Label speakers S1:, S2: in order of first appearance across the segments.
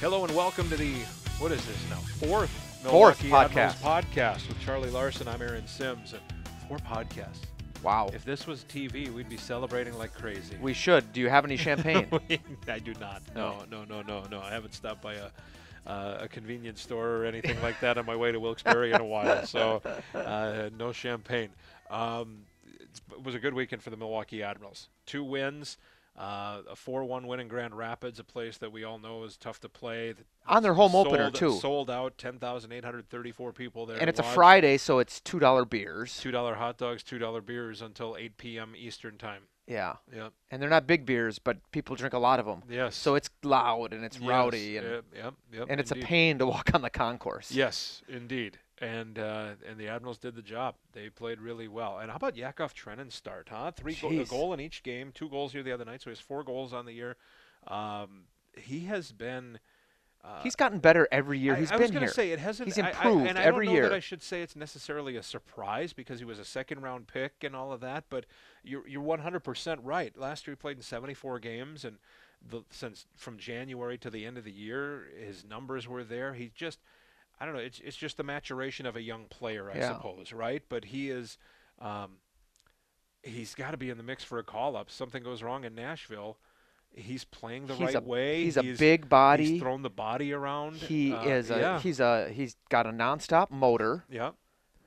S1: Hello and welcome to the what is this now fourth
S2: Fourth
S1: Milwaukee Admirals podcast with Charlie Larson. I'm Aaron Sims and four podcasts.
S2: Wow.
S1: If this was TV, we'd be celebrating like crazy.
S2: we should. Do you have any champagne?
S1: I do not. No, no, no, no, no. I haven't stopped by a. Uh, a convenience store or anything like that on my way to Wilkes-Barre in a while, so uh, no champagne. Um, it was a good weekend for the Milwaukee Admirals. Two wins, uh, a 4-1 win in Grand Rapids, a place that we all know is tough to play. Th-
S2: On their home
S1: sold-
S2: opener, too.
S1: Sold out, 10,834 people there.
S2: and
S1: to
S2: it's a
S1: watch.
S2: Friday, so it's two dollar beers.
S1: Two dollar hot dogs, two dollar beers until 8 p.m. Eastern time.
S2: Yeah.
S1: Yep.
S2: And they're not big beers, but people drink a lot of them.
S1: Yes.
S2: So it's loud and it's
S1: Yes,
S2: rowdy and,
S1: Yep. Yep. yep,
S2: and it's
S1: indeed.
S2: a pain to walk on the concourse.
S1: Yes, indeed. And uh, and the Admirals did the job. They played really well. And how about Yakov Trenin's start, huh? Three go- a
S2: Jeez.
S1: goal in each game, two goals here the other night, so he has four goals on the year. Um, he has been. Uh,
S2: He's gotten better every year
S1: I,
S2: he's
S1: I was
S2: been
S1: gonna
S2: here.
S1: say it hasn't.
S2: He's
S1: I- I-
S2: improved
S1: and I
S2: every
S1: don't know
S2: year.
S1: That I should say it's necessarily a surprise because he was a second round pick and all of that. But you're you're 100% right. Last year he played in 74 games, and the, since from January to the end of the year, his numbers were there. He just, I don't know. It's it's just the maturation of a young player, I
S2: Yeah.
S1: suppose, right? But he is. Um, He's got to be in the mix for a call up. Something goes wrong in Nashville. He's playing the
S2: He's
S1: right
S2: a-
S1: way.
S2: he's a big body.
S1: He's thrown the body around.
S2: he
S1: Uh,
S2: is a
S1: yeah.
S2: he's a he's got a nonstop motor,
S1: Yeah.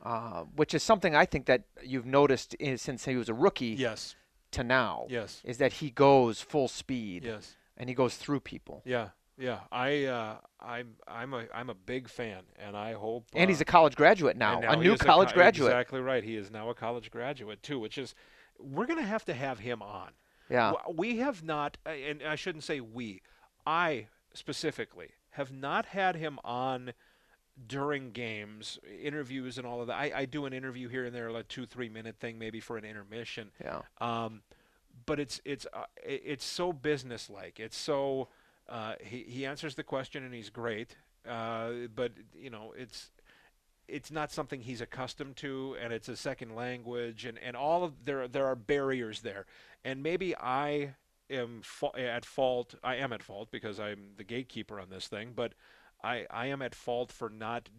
S2: uh, which is something I think that you've noticed i since he was a rookie
S1: Yes.
S2: to now.
S1: Yes.
S2: Is that he goes full speed
S1: Yes.
S2: and he goes through people.
S1: Yeah. Yeah. I uh, I'm I'm a I'm a big fan, and I hope.
S2: And he's
S1: uh,
S2: a college graduate now,
S1: and
S2: a
S1: he
S2: new
S1: is
S2: college
S1: co-
S2: graduate.
S1: Exactly right. He is now a college graduate too, which is we're gonna have to have him on.
S2: Yeah.
S1: W- We have not, uh, and I shouldn't say we. I specifically have not had him on during games, interviews, and all of that. I, I do an interview here and there, like two three minute thing, maybe for an intermission.
S2: Yeah.
S1: um, but it's it's uh, i- it's so businesslike. It's so uh, he he answers the question and he's great, uh, but you know it's it's not something he's accustomed to, and it's a second language, and and all of there are- there are barriers there, and maybe I am fa- at fault. I am at fault because I'm the gatekeeper on this thing, but I I am at fault for not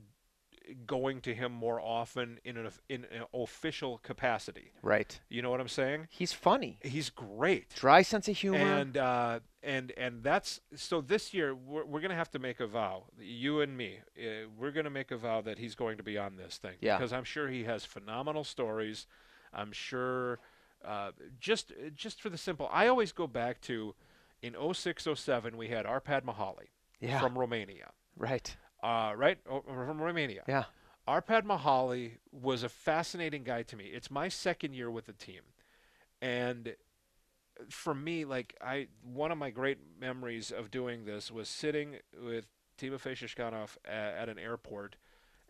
S1: going to him more often in an of- in an official capacity.
S2: Right.
S1: You know what I'm saying?
S2: He's funny.
S1: He's great.
S2: Dry sense of humor.
S1: And uh, and and that's so. This year we're, we're gonna have to make a vow, you and me. Uh, we're gonna make a vow that he's going to be on this thing
S2: Yeah.
S1: because I'm sure he has phenomenal stories. I'm sure. Uh, just just for the simple, I always go back to in 06, 07, we had Arpad Mahali
S2: yeah.
S1: from Romania,
S2: right.
S1: uh, right? Oh, from Romania.
S2: Yeah.
S1: Arpad Mahali was a fascinating guy to me. It's my second year with the team. And for me, like I one of my great memories of doing this was sitting with Timofey Shishkanov a- at an airport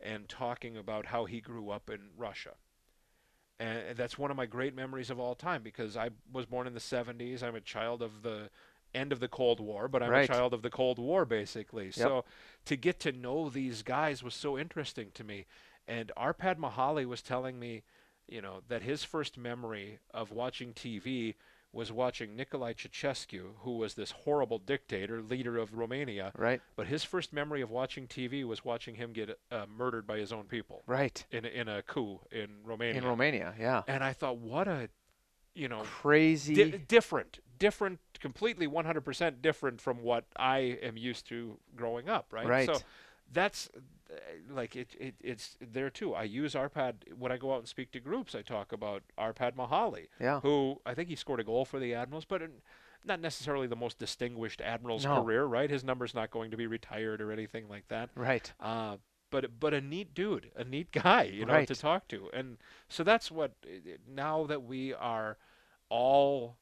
S1: and talking about how he grew up in Russia. And that's one of my great memories of all time because I was born in the 70s. I'm a child of the end of the Cold War, but I'm
S2: Right.
S1: a child of the Cold War basically. So to get to know these guys was so interesting to me. And Arpad Mahali was telling me, you know, that his first memory of watching TV was watching Nicolae Ceausescu, who was this horrible dictator, leader of Romania.
S2: Right.
S1: But his first memory of watching TV was watching him get uh, murdered by his own people
S2: Right.
S1: in, a- in a coup in Romania.
S2: In Romania. Yeah.
S1: and I thought, what a, you know,
S2: Crazy.
S1: di- different, different, completely 100% different from what I am used to growing up, right?
S2: Right.
S1: So that's uh, like it, it it's there too. I use Arpad when I go out and speak to groups. I talk about Arpad Mahali,
S2: yeah.
S1: who I think he scored a goal for the Admirals, but uh, not necessarily the most distinguished Admirals
S2: No.
S1: career, right? His number's not going to be retired or anything like that.
S2: Right.
S1: Uh, but but a neat dude, a neat guy, you know, to
S2: Right.
S1: talk to, and so that's what. i- i- Now that we are all,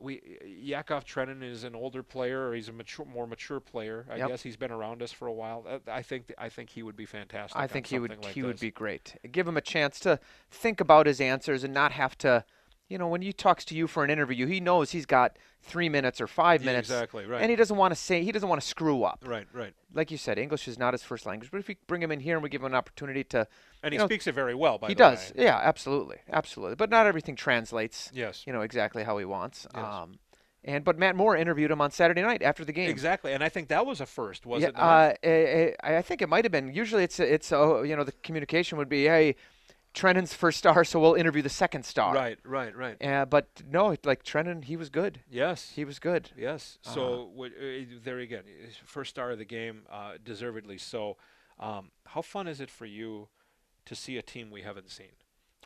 S1: we Yakov Trenin is an older player, or he's a mature, more mature player. I
S2: Yep.
S1: guess he's been around us for a while. Uh, I think th- I think he would be fantastic.
S2: I
S1: on
S2: think he would
S1: something like
S2: he would
S1: this.
S2: be great. Give him a chance to think about his answers and not have to you know, when he talks to you for an interview, he knows he's got three minutes or five
S1: Yeah,
S2: minutes.
S1: exactly right.
S2: And he doesn't want to say he doesn't want to screw up.
S1: right, right,
S2: Like you said, English is not his first language, but if you bring him in here and we give him an opportunity to
S1: and he
S2: you know,
S1: speaks it very well. By
S2: he
S1: the
S2: does.
S1: way.
S2: Yeah, absolutely. Absolutely. But not everything translates.
S1: Yes.
S2: you know exactly how he wants.
S1: Yes.
S2: Um, And but Matt Moore interviewed him on Saturday night after the game.
S1: Exactly, and I think that was a first, was
S2: yeah,
S1: it? Not?
S2: uh, I, I I think it might have been. Usually, it's it's oh, you know the communication would be, hey, Trennan's first star, so we'll interview the second star.
S1: right, right, right.
S2: Uh, but no, like Trennan, he was good.
S1: Yes.
S2: He was good.
S1: Yes.
S2: Uh-huh.
S1: So wh- uh, there again, is first star of the game, uh, deservedly so. Um, how fun is it for you to see a team we haven't seen?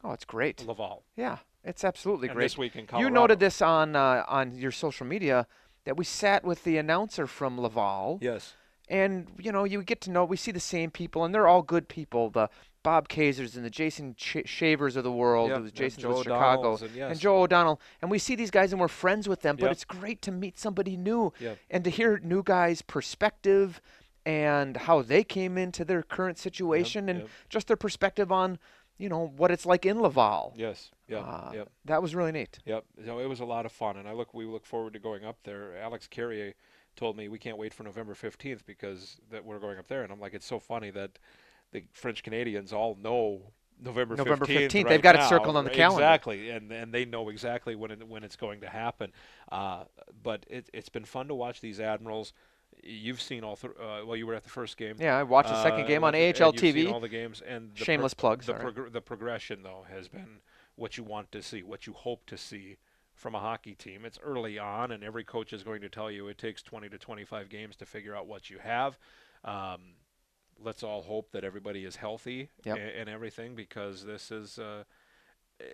S2: Oh, it's great.
S1: Laval.
S2: Yeah, it's absolutely
S1: And
S2: great.
S1: this week in Colorado.
S2: You noted this on uh, on your social media that we sat with the announcer from Laval,
S1: Yes.
S2: and you know you get to know we see the same people, and they're all good people. The Bob Kazers and the Jason Ch- Shavers of the world,
S1: Yep,
S2: who was
S1: and
S2: Jason's
S1: Joe
S2: with Chicago,
S1: O'Donnell's and yes.
S2: Joe O'Donnell, and we see these guys and we're friends with them. But
S1: Yep.
S2: it's great to meet somebody new
S1: Yep.
S2: and to hear new guys' perspective and how they came into their current situation and
S1: yep.
S2: just their perspective on you know what it's like in Laval.
S1: Yes. Yep.
S2: Uh,
S1: Yep.
S2: That was really neat.
S1: Yep. So it was a lot of fun, and I look. We look forward to going up there. Alex Carrier told me we can't wait for November fifteenth because that we're going up there, and I'm like, it's so funny that the French Canadians all know November
S2: November
S1: 15th
S2: 15th,
S1: right
S2: they've got it
S1: now,
S2: circled on the
S1: right?
S2: calendar.
S1: Exactly, and and they know exactly when it, when it's going to happen. Uh, but it, it's been fun to watch these admirals. You've seen all. Th- uh, well, you were at the first game.
S2: Yeah, I watched the second
S1: Uh,
S2: game on
S1: and you've
S2: AHL
S1: seen
S2: TV.
S1: all the games and the
S2: Shameless plugs,
S1: The,
S2: sorry.
S1: progr- the progression though has been what you want to see, what you hope to see from a hockey team. It's early on, and every coach is going to tell you it takes 20 to 25 games to figure out what you have. Um, let's all hope that everybody is healthy
S2: Yep.
S1: a- and, everything because this is. Uh, eh,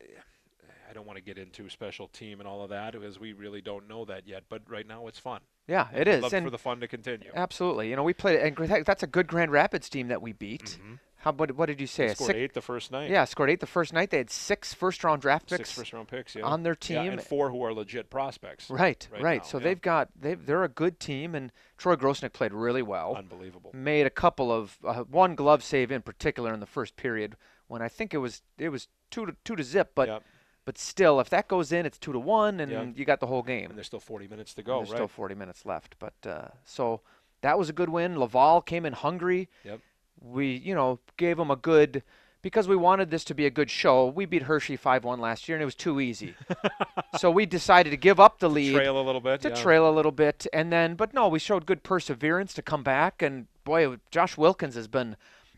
S1: I don't want to get into special team and all of that because we really don't know that yet. But right now, it's fun.
S2: Yeah, it
S1: I'd
S2: is.
S1: Love
S2: and
S1: for the fun to continue.
S2: absolutely. You know, we played and Grand- that's a good Grand Rapids team that we beat. How what, what did you say?
S1: Mm-hmm. They
S2: A
S1: scored
S2: six-
S1: eight the first night.
S2: Yeah, scored 8 the first night. They had six first round draft
S1: six
S2: picks.
S1: first round picks yeah.
S2: on their
S1: yeah,
S2: team.
S1: and four who are legit prospects.
S2: right,
S1: right
S2: right.
S1: now,
S2: so
S1: yeah.
S2: they've got they they're a good team and Troy Grosnick played really well.
S1: Unbelievable.
S2: made a couple of uh, one glove save in particular in the first period when I think it was it was 2 to 2 to zip, but
S1: Yep.
S2: but still if that goes in it's 2 to 1 and
S1: Yeah.
S2: you got the whole game.
S1: And there's still 40 minutes to go,
S2: there's
S1: Oh, right?
S2: still 40 minutes left. But uh, so that was a good win. Laval came in hungry.
S1: Yep.
S2: We, you know, gave them a good because we wanted this to be a good show. We beat Hershey 5-1 last year, and it was too easy. so we decided to give up the lead
S1: Trail a little bit.
S2: to
S1: yeah.
S2: trail a little bit, and then but no, we showed good perseverance to come back. And boy, Josh Wilkins has been,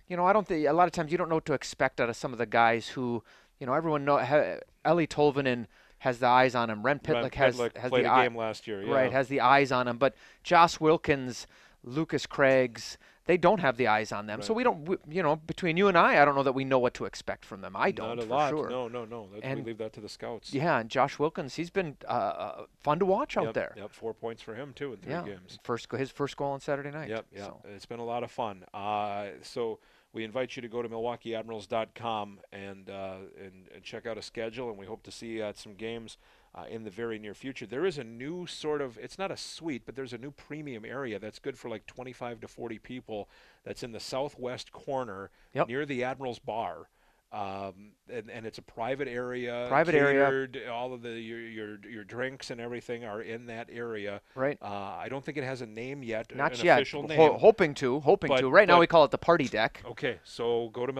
S2: you know, I don't think a lot of times you don't know what to expect out of some of the guys who, you know, everyone know ha, Ellie Tolvanen has the eyes on him. Ren
S1: Ryan
S2: Pitlick has
S1: Pedlick
S2: has
S1: played
S2: the
S1: a
S2: eye,
S1: game last year. Yeah.
S2: right has the eyes on them but josh wilkins lucas craig's they don't have the eyes on them so
S1: Right.
S2: we don't we, you know between you and i i don't know that we know what to expect from them i don't
S1: Not a
S2: for
S1: lot.
S2: sure
S1: No, no, no. That, we
S2: And-
S1: leave that to the scouts.
S2: yeah and josh wilkins he's been uh, uh, fun to watch out
S1: Yep,
S2: there
S1: Yep. Four points for him too in three
S2: yeah
S1: games.
S2: first go- his first goal on saturday night
S1: Yep, yep.
S2: so.
S1: It's been a lot of fun. Uh, so we invite you to go to MilwaukeeAdmirals.com and, uh, and and check out a schedule, and we hope to see you at some games uh, in the very near future. There is a new sort of it's not a suite, but there's a new premium area that's good for like 25 to 40 people. That's in the southwest corner
S2: Yep.
S1: near the Admirals Bar. Um, and, and it's a private area.
S2: Private area.
S1: catered, All of the your, your your drinks and everything are in that area.
S2: right
S1: Uh, I don't think it has a name yet.
S2: not
S1: an
S2: yet
S1: Official name.
S2: Ho- hoping to hoping
S1: But-
S2: to right now
S1: but-
S2: we call it the party deck
S1: okay, so go to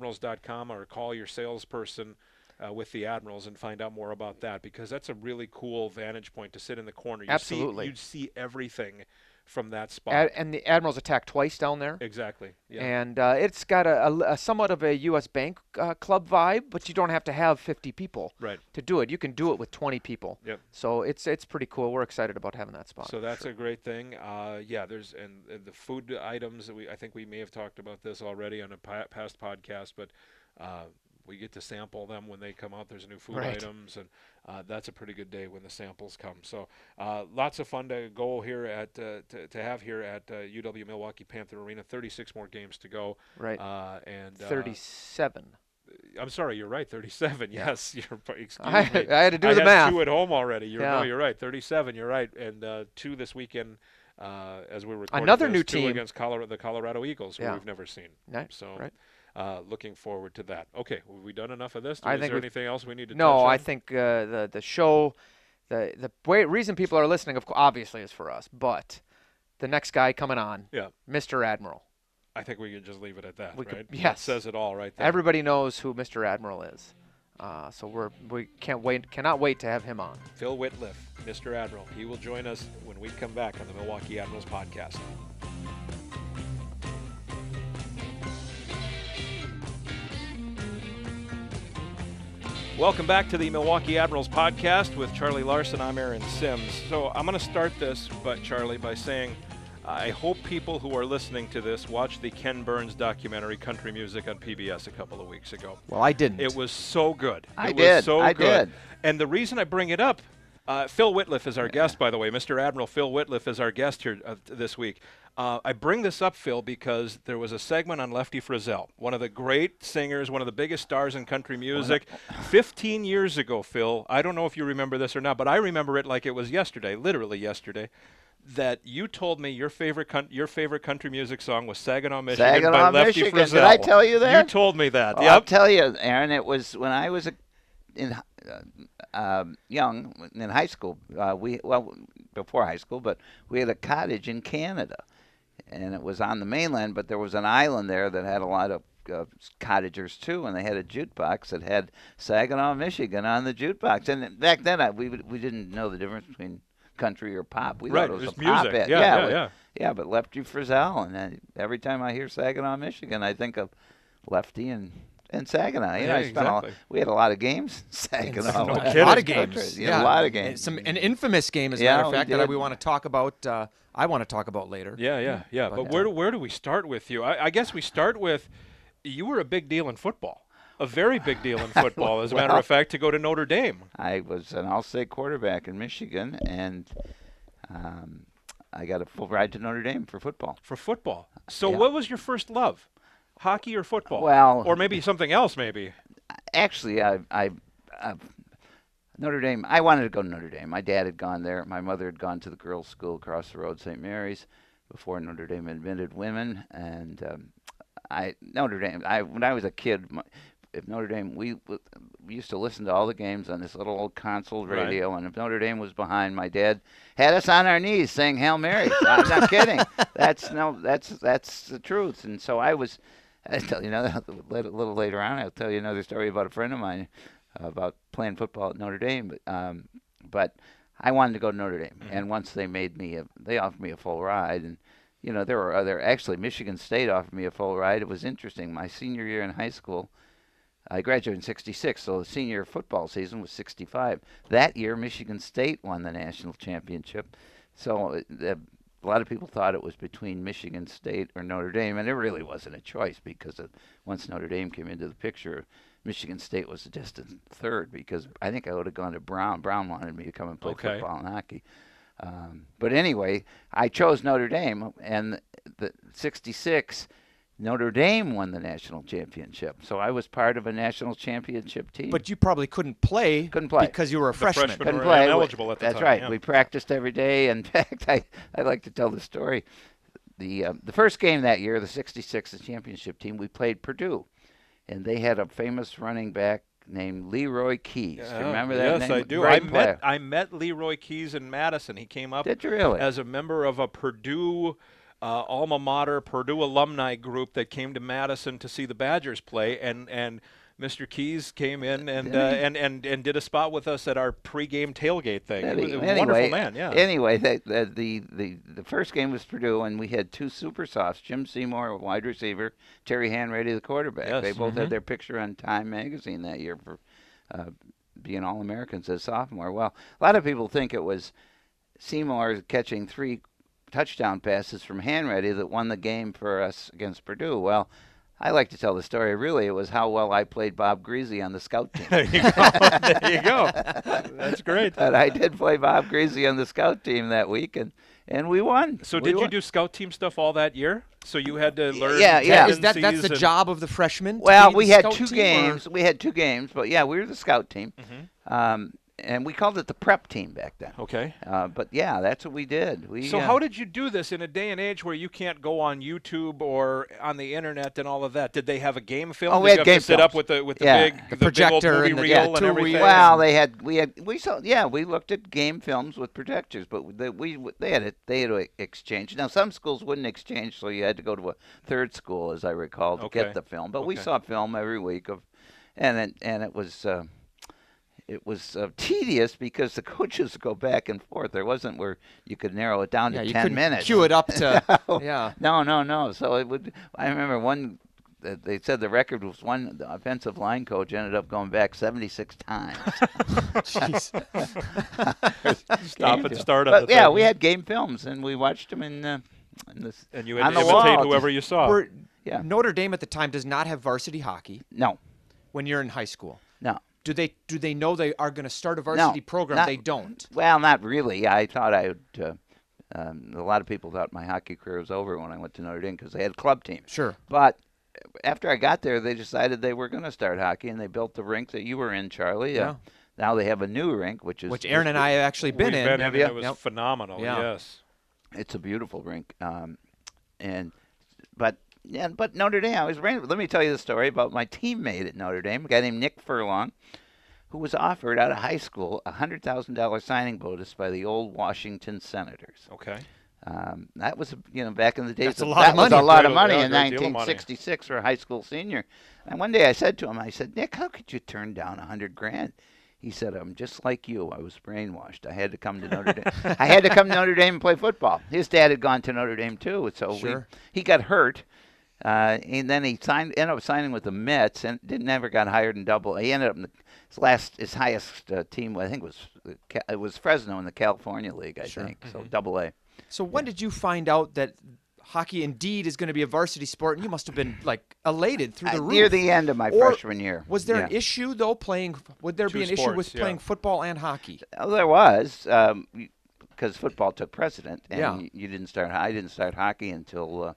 S1: MilwaukeeAdmirals.com or call your salesperson uh, with the Admirals and find out more about that because that's a really cool vantage point to sit in the corner. You
S2: Absolutely.
S1: see, you'd see everything from that spot.
S2: Ad- and the admirals attacked twice down there
S1: exactly. Yeah.
S2: And uh, it's got a, a- a somewhat of a U.S. bank uh, club vibe, but you don't have to have 50 people
S1: right.
S2: to do it. You can do it with 20 people.
S1: Yep.
S2: So it's it's pretty cool. We're excited about having that spot.
S1: So
S2: for
S1: that's
S2: sure.
S1: a great thing. Uh, yeah, there's and, and the food items that we I think we may have talked about this already on a pa- past podcast, but uh, we get to sample them when they come out. There's new food
S2: Right.
S1: items, and uh, that's a pretty good day when the samples come. So uh, lots of fun to go here at uh, to, to have here at uh, UW Milwaukee Panther Arena. 36 more games to go,
S2: right.
S1: uh, and uh,
S2: 37.
S1: I'm sorry, you're right. 37. Yes, you're. p- Excuse
S2: I, I
S1: me.
S2: had to do
S1: I
S2: the
S1: have
S2: math.
S1: two at home already. You're, No,
S2: Yeah.
S1: you're right. 37. You're right, and uh, two this weekend uh, as we're recording.
S2: Another
S1: this,
S2: new
S1: two
S2: team.
S1: against Colorado, the Colorado Eagles, who
S2: Yeah.
S1: we've never seen.
S2: Ni-
S1: So,
S2: right.
S1: uh, looking forward to that. Okay, have we done enough of this?
S2: I
S1: Is
S2: think
S1: there
S2: we've-
S1: anything else we need to? touch
S2: No, I
S1: on?
S2: think uh, the the show, the the way, reason people are listening, of course, obviously, is for us. But the next guy coming on,
S1: Yeah.
S2: Mr. Admiral.
S1: I think we can just leave it at that.
S2: We
S1: right?
S2: could-
S1: That
S2: yes.
S1: says it all right there.
S2: Everybody knows who Mr. Admiral is. Uh, so we're we can't wait cannot wait to have him on.
S1: Phil Whitliff. Mr. Admiral. He will join us when we come back on the Milwaukee Admirals podcast. Welcome back to the Milwaukee Admirals podcast with Charlie Larson. I'm Aaron Sims. So I'm going to start this, but Charlie, by saying I hope people who are listening to this watch the Ken Burns documentary Country Music on PBS a couple of weeks ago.
S3: Well, I didn't.
S1: It was so good.
S4: I
S1: it
S4: did.
S1: Was so
S4: I
S1: good.
S4: did.
S1: And the reason I bring it up, uh, Phil Whitliff is our guest, by the way. Mr. Admiral Phil Whitliff is our guest here uh, t- this week. Uh, I bring this up, Phil, because there was a segment on Lefty Frizzell, one of the great singers, one of the biggest stars in country music. 15 years ago, Phil, I don't know if you remember this or not, but I remember it like it was yesterday, literally yesterday, that you told me your favorite con- your favorite country music song was Saginaw, Michigan by
S4: Saginaw,
S1: Lefty
S4: Michigan.
S1: Frizzell.
S4: Did I tell you
S1: You
S4: that?
S1: told me that.
S4: Well, I'll
S1: yep.
S4: tell you, Aaron. It was when I was a, in hi- uh, um, young in high school. Uh, we well before high school, but we had a cottage in Canada, and it was on the mainland. But there was an island there that had a lot of uh, cottagers too, and they had a jukebox that had Saginaw, Michigan on the jukebox. And back then, I, we would- we didn't know the difference between country or pop. We
S1: Right,
S4: thought it was
S1: just
S4: a pop
S1: music.
S4: hit.
S1: Yeah, yeah,
S4: we-
S1: yeah.
S4: yeah, but Lefty Frizzell, and I, every time I hear Saginaw, Michigan, I think of Lefty and and Saginaw. You know,
S1: Yeah,
S4: I spent all,
S1: exactly.
S4: we had a lot of games. in Saginaw,
S1: No
S4: Uh,
S1: kidding.
S2: a lot of games.
S4: Yeah, a lot of games.
S2: Some an infamous game, as a
S4: Yeah,
S2: matter of
S4: we
S2: fact, that I-
S4: did.
S2: we want to talk about. Uh, I want to talk about later.
S1: Yeah, yeah, yeah. But, where do where do we start with you? I, I guess we start with you were a big deal in football, a very big deal in football, as a matter of fact, to go to Notre Dame.
S4: I was an all-state quarterback in Michigan, and um, I got a full ride to Notre Dame for football.
S1: for football. So
S4: Yeah.
S1: what was your first love? Hockey or football?
S4: Well-
S1: or maybe something else. Maybe
S4: actually, I, I, I uh, Notre Dame. I wanted to go to Notre Dame. My dad had gone there. My mother had gone to the girls' school across the road, St. Mary's, before Notre Dame admitted women. And um, I Notre Dame. I when I was a kid, my, if Notre Dame, we, w- we used to listen to all the games on this little old console
S1: Right.
S4: radio. And if Notre Dame was behind, my dad had us on our knees saying Hail Marys. I'm not kidding. That's no. That's that's the truth. And so I was. I tell you another a little later on. I'll tell you another story about a friend of mine about playing football at Notre Dame. But, um, but I wanted to go to Notre Dame, and once they made me, a, they offered me a full ride, and you know there were other. Actually, Michigan State offered me a full ride. It was interesting. My senior year in high school, I graduated in '66, so the senior football season was '65. That year, Michigan State won the national championship, so uh, the, a lot of people thought it was between Michigan State or Notre Dame, and it really wasn't a choice because of, once Notre Dame came into the picture, Michigan State was a distant third because I think I would have gone to Brown. Brown wanted me to come and play
S1: Okay.
S4: football and hockey. Um, but anyway, I chose Notre Dame, and the '66 Notre Dame won the national championship, so I was part of a national championship team.
S2: But you probably couldn't play.
S4: Couldn't play.
S2: because you were a
S1: freshman.
S2: freshman.
S1: Couldn't-
S4: couldn't
S1: were
S4: play.
S1: ineligible at the
S4: That's
S1: time,
S4: right.
S1: yeah.
S4: We practiced every day. In fact, I, I like to tell the story. The uh, the first game that year, the '66 the championship team, we played Purdue, and they had a famous running back named Leroy Keys. Do you remember that
S1: Oh, yes,
S4: name?
S1: I do.
S4: Great
S1: I
S4: player.
S1: met I met Leroy Keys in Madison. He came up
S4: Did you really?
S1: as a member of a Purdue. Uh, alma mater Purdue alumni group that came to Madison to see the Badgers play, and and Mr. Keys came in and uh, and and and did a spot with us at our pregame tailgate thing. He was a wonderful man, yeah.
S4: Anyway, the, the, the, the, the first game was Purdue, and we had two super softs, Jim Seymour, a wide receiver, Terry Hanratty, the quarterback.
S1: Yes. mm-hmm.
S4: They both had their picture on Time magazine that year for uh, being All Americans as sophomore. Well, a lot of people think it was Seymour catching three touchdown passes from Hanratty that won the game for us against Purdue. Well, I like to tell the story. Really, it was how well I played Bob Greasy on the scout team.
S1: there you go. there you go. That's great.
S4: but I did play Bob Greasy on the scout team that week, and, and we won.
S1: So
S4: We
S1: did you
S4: won.
S1: do scout team stuff all that year? So you had to learn.
S4: yeah, yeah.
S2: Is that that's
S1: tendencies
S2: the
S1: and-
S2: job of the freshman? to
S4: Well,
S2: be
S4: we
S2: the
S4: had
S2: scout
S4: two
S2: team, or-
S4: games. We had two games, but yeah, we were the scout team, um, and we called it the prep team back then.
S1: Mm-hmm. Okay.
S4: Uh, but yeah, that's what we did. We
S1: So
S4: uh,
S1: how did you do this in a day and age where you can't go on YouTube or on the internet and all of that? Did they have a game film?
S4: Oh, we
S1: Did
S4: had
S1: you have
S4: game
S1: to sit
S4: film.
S1: up with the with the
S4: Yeah.
S1: big
S2: The
S1: big old
S2: projector
S1: movie
S2: and the-
S1: reel
S2: yeah,
S1: and
S2: two
S1: everything.
S2: reels.
S4: Well, they had we had we saw yeah we looked at game films with projectors, but they, we they had it they had to exchange. Now some schools wouldn't exchange, so you had to go to a third school, as I recall, to
S1: Okay.
S4: get the film. But we
S1: Okay.
S4: saw film every week of, and it, and it was. Uh, it was uh, tedious because the coaches go back and forth. There wasn't where you could narrow it down
S2: yeah,
S4: to
S2: you
S4: ten
S2: couldn't
S4: minutes.
S2: Cue it up to
S4: No.
S2: yeah.
S4: No, no, no. So it would. I remember one. that They said the record was one. The offensive line coach ended up going back 76 times.
S2: Jeez.
S5: Stop
S4: Game
S5: and
S4: film.
S5: start on
S4: But
S5: the
S4: yeah,
S5: thing.
S4: we had game films and we watched them in. Uh, in this,
S5: and you had
S4: on
S5: to
S4: the
S5: imitate
S4: wall.
S5: whoever you saw.
S2: We're-
S4: Oh, Yeah.
S2: Notre Dame at the time does not have varsity hockey
S4: No,
S2: when you're in high school.
S4: no.
S2: Do they do they know they are going to start a varsity program?
S4: not-
S2: they don't.
S4: Well, not really. I thought I would. Uh, um, a lot of people thought my hockey career was over when I went to Notre Dame because they had club teams.
S2: Sure.
S4: But after I got there, they decided they were going to start hockey, and they built the rink that you were in, Charlie. Uh,
S2: Yeah.
S4: now they have a new rink, which is
S2: Which Aaron and I have actually
S1: We've
S2: been
S1: been in,
S2: in.
S1: and
S2: Yeah.
S1: it was
S2: Yep.
S1: phenomenal.
S2: Yeah.
S1: Yes.
S4: It's a beautiful rink, um, and but yeah, but Notre Dame. I was ran, let me tell you the story about my teammate at Notre Dame, a guy named Nick Furlong, who was offered out of high school a hundred thousand dollar signing bonus by the old Washington Senators.
S1: Okay.
S4: Um, that was, you know, back in the days.
S2: That's a
S4: of-
S2: lot
S4: that
S2: of
S4: Was
S2: money.
S4: a lot
S1: Great
S4: of
S1: deal-
S4: money
S1: yeah,
S4: in
S1: great deal of money.
S4: 1966 for a high school senior. And one day I said to him, I said, Nick, how could you turn down a hundred grand? He said, I'm just like you. I was brainwashed. I had to come to Notre Dame. I had to come to Notre Dame and play football. His dad had gone to Notre Dame too, so we-
S2: Sure.
S4: he got hurt. Uh, and then he signed, ended up signing with the Mets, and didn't ever got hired in Double. A. He ended up in the, his last, his highest uh, team, I think was the Ca- it was Fresno in the California League, I think. So
S2: Mm-hmm.
S4: Double A.
S2: So when did you find out that hockey indeed is going to be a varsity sport? And you must have been like elated through the
S4: Uh,
S2: roof.
S4: near the end of my
S2: Or
S4: freshman year.
S2: Was there an
S4: Yeah.
S2: issue though playing? Would there
S1: Two
S2: be an issue with
S1: sports, yeah.
S2: playing football and hockey?
S4: Oh, there was, because football took precedent, and
S2: Yeah.
S4: you, you didn't start. I didn't start hockey until, uh,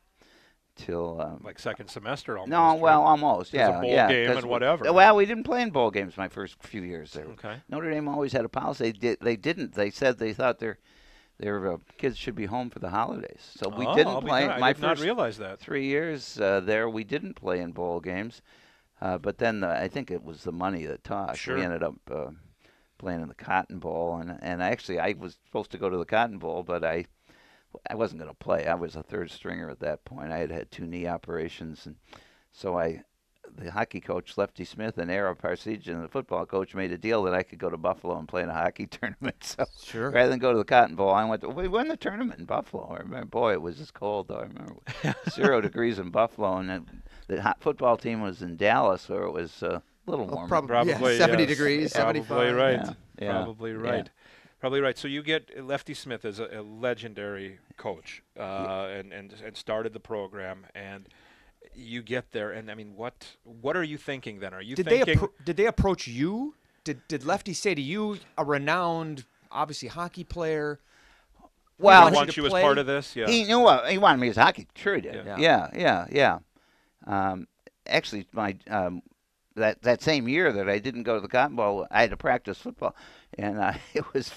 S4: till. Um,
S1: Like second semester almost.
S4: no,
S1: right?
S4: well, almost,
S1: There's a
S4: yeah,
S1: bowl
S4: yeah,
S1: game
S4: 'cause
S1: and
S4: we-
S1: whatever.
S4: Well, we didn't play in bowl games my first few years there.
S1: Okay.
S4: Notre Dame always had a policy. They, did, they didn't. They said they thought their their uh, kids should be home for the holidays, so we
S1: Oh,
S4: didn't
S1: I'll be
S4: play.
S1: darned. I
S4: my
S1: did
S4: first
S1: not realize that.
S4: three years uh, there, we didn't play in bowl games. Uh, but then the, I think it was the money that talked.
S1: Sure.
S4: We ended up uh, playing in the Cotton Bowl, and and actually I was supposed to go to the Cotton Bowl, but I I wasn't going to play. I was a third stringer at that point. I had had two knee operations, and so I the hockey coach Lefty Smith and Arrow Parsage and the football coach made a deal that I could go to Buffalo and play in a hockey tournament. So
S2: Sure.
S4: rather than go to the Cotton Bowl, I went. To, we won the tournament in Buffalo. I remember, boy, it was as cold though. I remember zero degrees in Buffalo, and then the hot football team was in Dallas, where it was uh, a little warmer.
S1: Probably
S2: yeah, 70
S1: yes.
S2: degrees,
S1: Probably
S2: 75.
S1: right.
S4: Yeah, yeah,
S1: Probably
S4: yeah.
S1: right. Probably right. So you get Lefty Smith as a, a legendary coach, uh, and and and started the program, and you get there, and I mean, what what are you thinking then? Are you
S2: Did they
S1: thinking?
S2: appro- did they approach you? Did did Lefty say to you, a renowned, obviously hockey player? we
S4: Well-
S2: want you
S1: once
S2: to
S1: you was
S2: play?
S1: part of this, yeah.
S4: He knew uh, he wanted me as a hockey. Sure, he did.
S1: Yeah.
S4: Yeah, yeah, yeah. Um, actually, my um, that that same year that I didn't go to the Cotton Bowl, I had to practice football, and uh, it was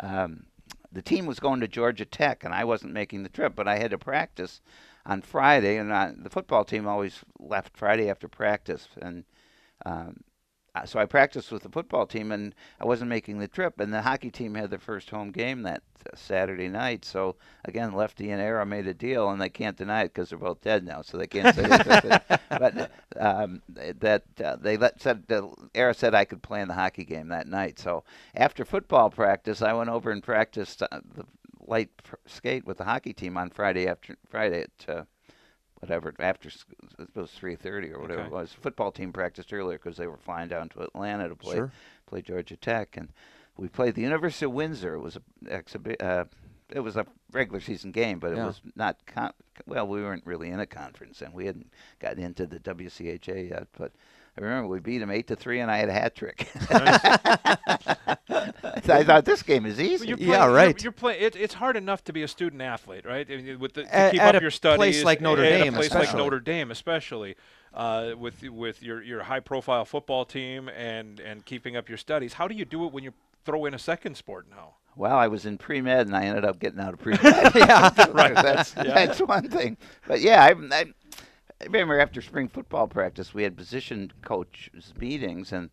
S4: um, the team was going to Georgia Tech, and I wasn't making the trip, but I had to practice on Friday, and I, the football team always left Friday after practice, and um, uh, so I practiced with the football team, and I wasn't making the trip. And the hockey team had their first home game that uh, Saturday night. So again, Lefty and Arrow made a deal, and they can't deny it because they're both dead now, so they can't say. it. but um, th- that uh, they let, said that Arrow said I could play in the hockey game that night. So after football practice, I went over and practiced uh, the light pr- skate with the hockey team on Friday after Friday at. Uh, whatever after s- it was 3:30 or whatever
S1: Okay.
S4: it was. Football team practiced earlier because they were flying down to Atlanta to play
S2: Sure.
S4: play Georgia Tech, and we played the University of Windsor. It was a exhibi- uh, it was a regular season game, but it
S2: Yeah.
S4: was not con- well. We weren't really in a conference, and we hadn't gotten into the WCHA yet, but. I remember we beat them eight to three, and I had a hat trick. I thought this game is easy.
S1: Well, you're
S2: Yeah,
S1: you're-
S2: right.
S1: You're, playing. It, it's hard enough to be a student athlete, right? I mean, with the, to
S2: At-
S1: keep
S2: at
S1: up
S2: a
S1: your studies.
S2: place like Notre
S1: at
S2: Dame
S1: a place like
S2: especially.
S1: Notre Dame, especially uh, with with your, your high profile football team and and keeping up your studies. How do you do it when you throw in a second sport now?
S4: Well, I was in pre med and I ended up getting out of pre med. yeah, right. That's, that's one thing. But yeah, I, I, I remember after spring football practice, we had position coaches meetings, and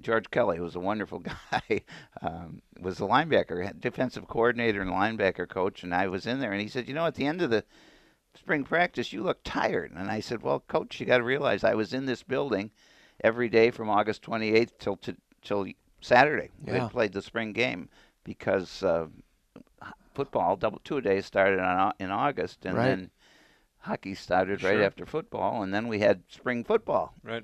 S4: George Kelly, who was a wonderful guy, um, was the linebacker, defensive coordinator, and linebacker coach. And I was in there, and he said, You know, at the end of the spring practice, you look tired. And I said, Well, coach, you got to realize I was in this building every day from August 28th till to, till Saturday. They
S2: Yeah.
S4: played the spring game because uh, h- football double two days started on, Au- in August, and
S2: Right.
S4: then hockey started right
S1: Sure.
S4: after football, and then we had spring football,
S1: Right.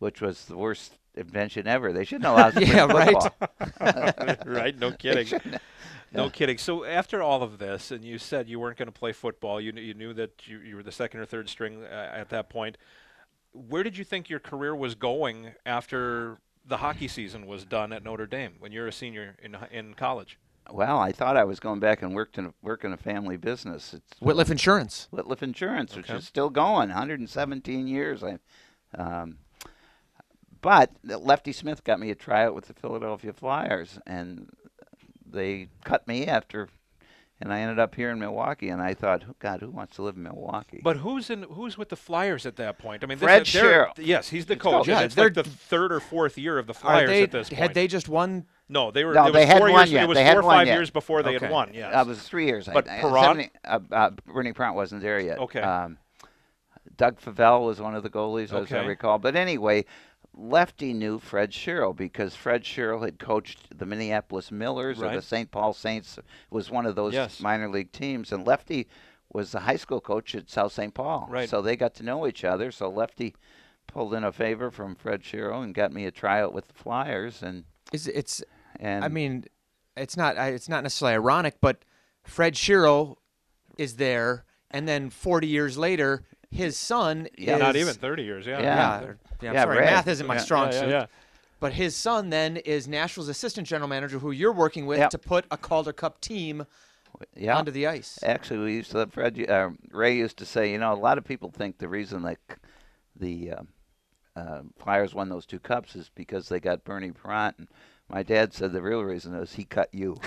S4: which was the worst invention ever. They shouldn't allow spring
S2: Yeah, right.
S4: football.
S1: right. No kidding. No kidding. So after all of this, and you said you weren't going to play football, you, kn- you knew that you, you were the second or third string uh, at that point. Where did you think your career was going after the hockey season was done at Notre Dame when you're a senior in hi- in college?
S4: Well, I thought I was going back and worked in a, work in a family business. It's
S2: Whitliff Insurance.
S4: Whitliff Insurance, which
S1: Okay.
S4: is still going, 117 years. I, um, but Lefty Smith got me a tryout with the Philadelphia Flyers, and they cut me after, and I ended up here in Milwaukee. And I thought, "Oh, God, who wants to live in Milwaukee?
S1: But who's in who's with the Flyers at that point? I mean,
S4: Fred
S1: this, they're-
S4: Sherrill.
S1: Yes, he's the
S4: It's called-
S1: coach. and
S2: yeah,
S1: it's like
S2: they're-
S1: the third or fourth year of the
S2: Are
S1: Flyers
S2: they,
S1: at this point.
S2: had they just won?
S1: No, they were.
S4: No,
S1: it was
S4: they had
S1: four
S4: one
S1: years,
S4: yet.
S1: It was
S4: They had
S1: four or
S4: one
S1: five
S4: yet.
S1: years before they
S2: Okay.
S1: had won. Yes.
S4: I was three years. I-
S1: But
S4: I,
S1: Perron?
S4: 70 uh, uh, Bernie Perrant wasn't there yet.
S1: Okay.
S4: Um, Doug Favell was one of the goalies, as I
S1: Okay.
S4: recall. But anyway, Lefty knew Fred Sherrill because Fred Sherrill had coached the Minneapolis Millers or the
S1: Right.
S4: St. Paul Saints. Was one of those
S1: Yes.
S4: minor league teams, and Lefty was the high school coach at South St. Paul.
S1: Right.
S4: So they got to know each other. So Lefty pulled in a favor from Fred Sherrill and got me a tryout with the Flyers, and
S2: Is it's?
S4: and
S2: I mean, it's not. I- It's not necessarily ironic, but Fred Shiro is there, and then 40 years later, his son
S4: Yeah,
S2: is
S1: not even thirty years. Yeah.
S4: Yeah.
S2: Yeah, yeah, I'm
S4: Yeah,
S2: sorry,
S4: Brad.
S2: math isn't my
S1: Yeah,
S2: strong
S1: yeah,
S2: suit.
S1: yeah.
S2: But his son then is Nashville's assistant general manager, who you're working with
S4: Yep.
S2: to put a Calder Cup team
S4: yeah.
S2: onto the ice.
S4: Actually, we used to. Fred, uh, Ray used to say, you know, a lot of people think the reason that c- the um uh, Flyers won those two cups is because they got Bernie Perrant. And my dad said the real reason is he cut you.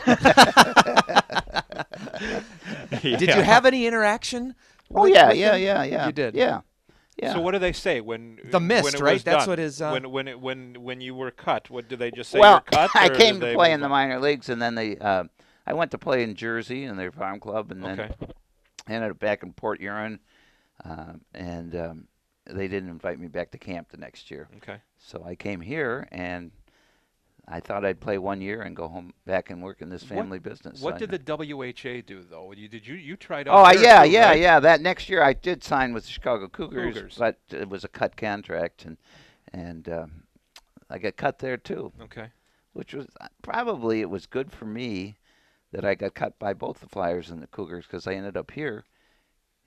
S2: Did you have any interaction?
S4: oh
S2: with-
S4: yeah,
S2: with
S4: yeah,
S2: him?
S4: yeah, yeah.
S2: You did.
S4: Yeah, yeah.
S1: So what do they say when uh,
S2: The
S1: when
S2: mist,
S1: it was
S2: right? That's
S1: done?
S2: what is, uh,
S1: when when it, when when you were cut. What did they just say?
S4: well,
S1: you're cut,
S4: I
S1: or did
S4: came to
S1: they
S4: play
S1: move
S4: in the
S1: on?
S4: minor leagues, and then they. Uh, I went to play in Jersey in their farm club, and then
S1: Okay.
S4: ended up back in Port Huron, um, and um, they didn't invite me back to camp the next year.
S1: Okay.
S4: So I came here and I thought I'd play one year and go home back and work in this family business.
S1: What
S4: I-
S1: did the WHA do though? You, did you you tried?
S4: Oh
S1: out
S4: I-
S1: there,
S4: yeah,
S1: too,
S4: yeah,
S1: right?
S4: yeah. That next year I did sign with the Chicago Cougars,
S1: Cougars.
S4: but it was a cut contract and and um, I got cut there too,
S1: Okay.
S4: which was uh, probably it was good for me that I got cut by both the Flyers and the Cougars because I ended up here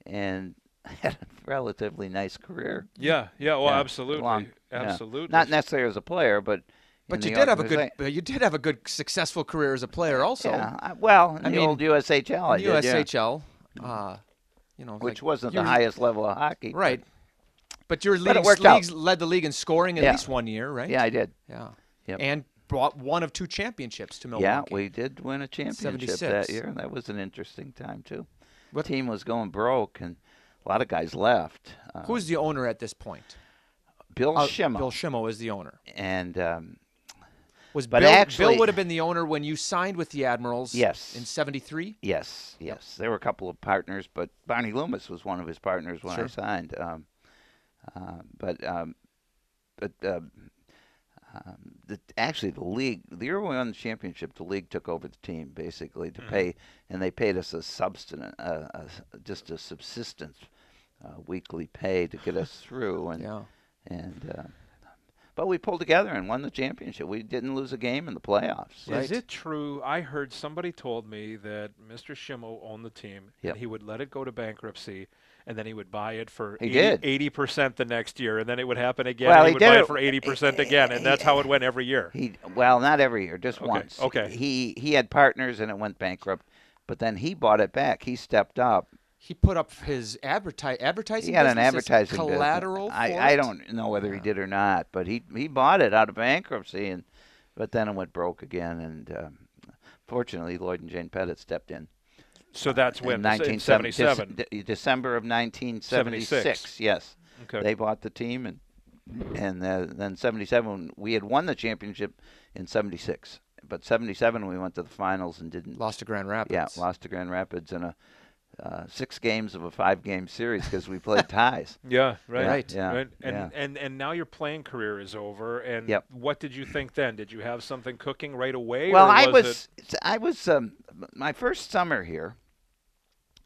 S4: and had a relatively nice career.
S1: Yeah. Yeah. Well,
S4: Yeah,
S1: absolutely.
S4: long- yeah.
S1: Absolutely.
S4: Not necessarily as a player, but in
S2: But you
S4: the
S2: did have a good.
S4: organization.
S2: but You did have a good, successful career as a player, also.
S4: yeah, I- well, in
S2: I
S4: the
S2: mean,
S4: old USHL, I
S2: in
S4: did,
S2: the
S4: yeah.
S2: USHL. Uh, you know,
S4: which
S2: like
S4: wasn't the
S2: you're-
S4: highest level of hockey. but-
S2: Right. But your leading
S4: worked out.
S2: leagues led the league in scoring at
S4: Yeah.
S2: least one year, right?
S4: Yeah, I did.
S2: Yeah.
S4: Yep.
S2: And brought one of two championships to Milwaukee.
S4: Yeah, we did win a championship that
S2: 76.
S4: year, and that was an interesting time too.
S2: What-
S4: team was going broke, and a lot of guys left. Uh,
S2: Who's the owner at this point?
S4: Bill
S2: Uh,
S4: Schimel?
S2: Bill Schimmel is the owner.
S4: and um,
S2: Was
S4: But
S2: Bill,
S4: actually-
S2: Bill would have been the owner when you signed with the Admirals?
S4: Yes.
S2: In '73.
S4: yes, yes, there were a couple of partners, but Barney Loomis was one of his partners when I
S2: Sure.
S4: signed. Um, uh, but um, but um, um, the, actually, the league the year we won the championship, the league took over the team basically
S2: Mm-hmm.
S4: to pay, and they paid us a subsistence, uh, a s just a subsistence uh, weekly pay to get us through, and
S2: Yeah.
S4: and uh, but we pulled together and won the championship. We didn't lose a game in the playoffs.
S1: Is it true? I heard somebody told me that Mr. Schimmel owned the team,
S4: Yep.
S1: and he would let it go to bankruptcy, and then he would buy it for
S4: He did.
S1: eighty percent the next year, and then it would happen again. and
S4: Well, he
S1: he would
S4: did
S1: buy
S4: it-
S1: it for eighty percent again, and that's how it went every year.
S4: He well, not every year, just
S1: Okay,
S4: once.
S1: okay.
S4: He he had partners and it went bankrupt, but then he bought it back. He stepped up.
S2: He put up his adverti- advertising.
S4: He had an
S2: business as
S4: advertising business.
S2: collateral. for
S4: I, I
S2: it?
S4: don't know whether he did or not, but he he bought it out of bankruptcy and but then it went broke again and um, fortunately Lloyd and Jane Pettit stepped in.
S1: So that's when
S4: in
S1: the s- in 77.
S4: Dec- De- December of 1976. Yes.
S1: Okay.
S4: They bought the team and and uh, then 77 we had won the championship in 76. But 77 we went to the finals and didn't
S2: Lost to Grand Rapids.
S4: Yeah, lost to Grand Rapids in a uh, six games of a five-game series because we played ties.
S1: Yeah, right.
S4: Right. Yeah,
S1: right. And,
S4: yeah.
S1: and and now your playing career is over. And
S4: Yep.
S1: what did you think then? Did you have something cooking right away?
S4: Well,
S1: or
S4: I
S1: was
S4: was I was um, my first summer here.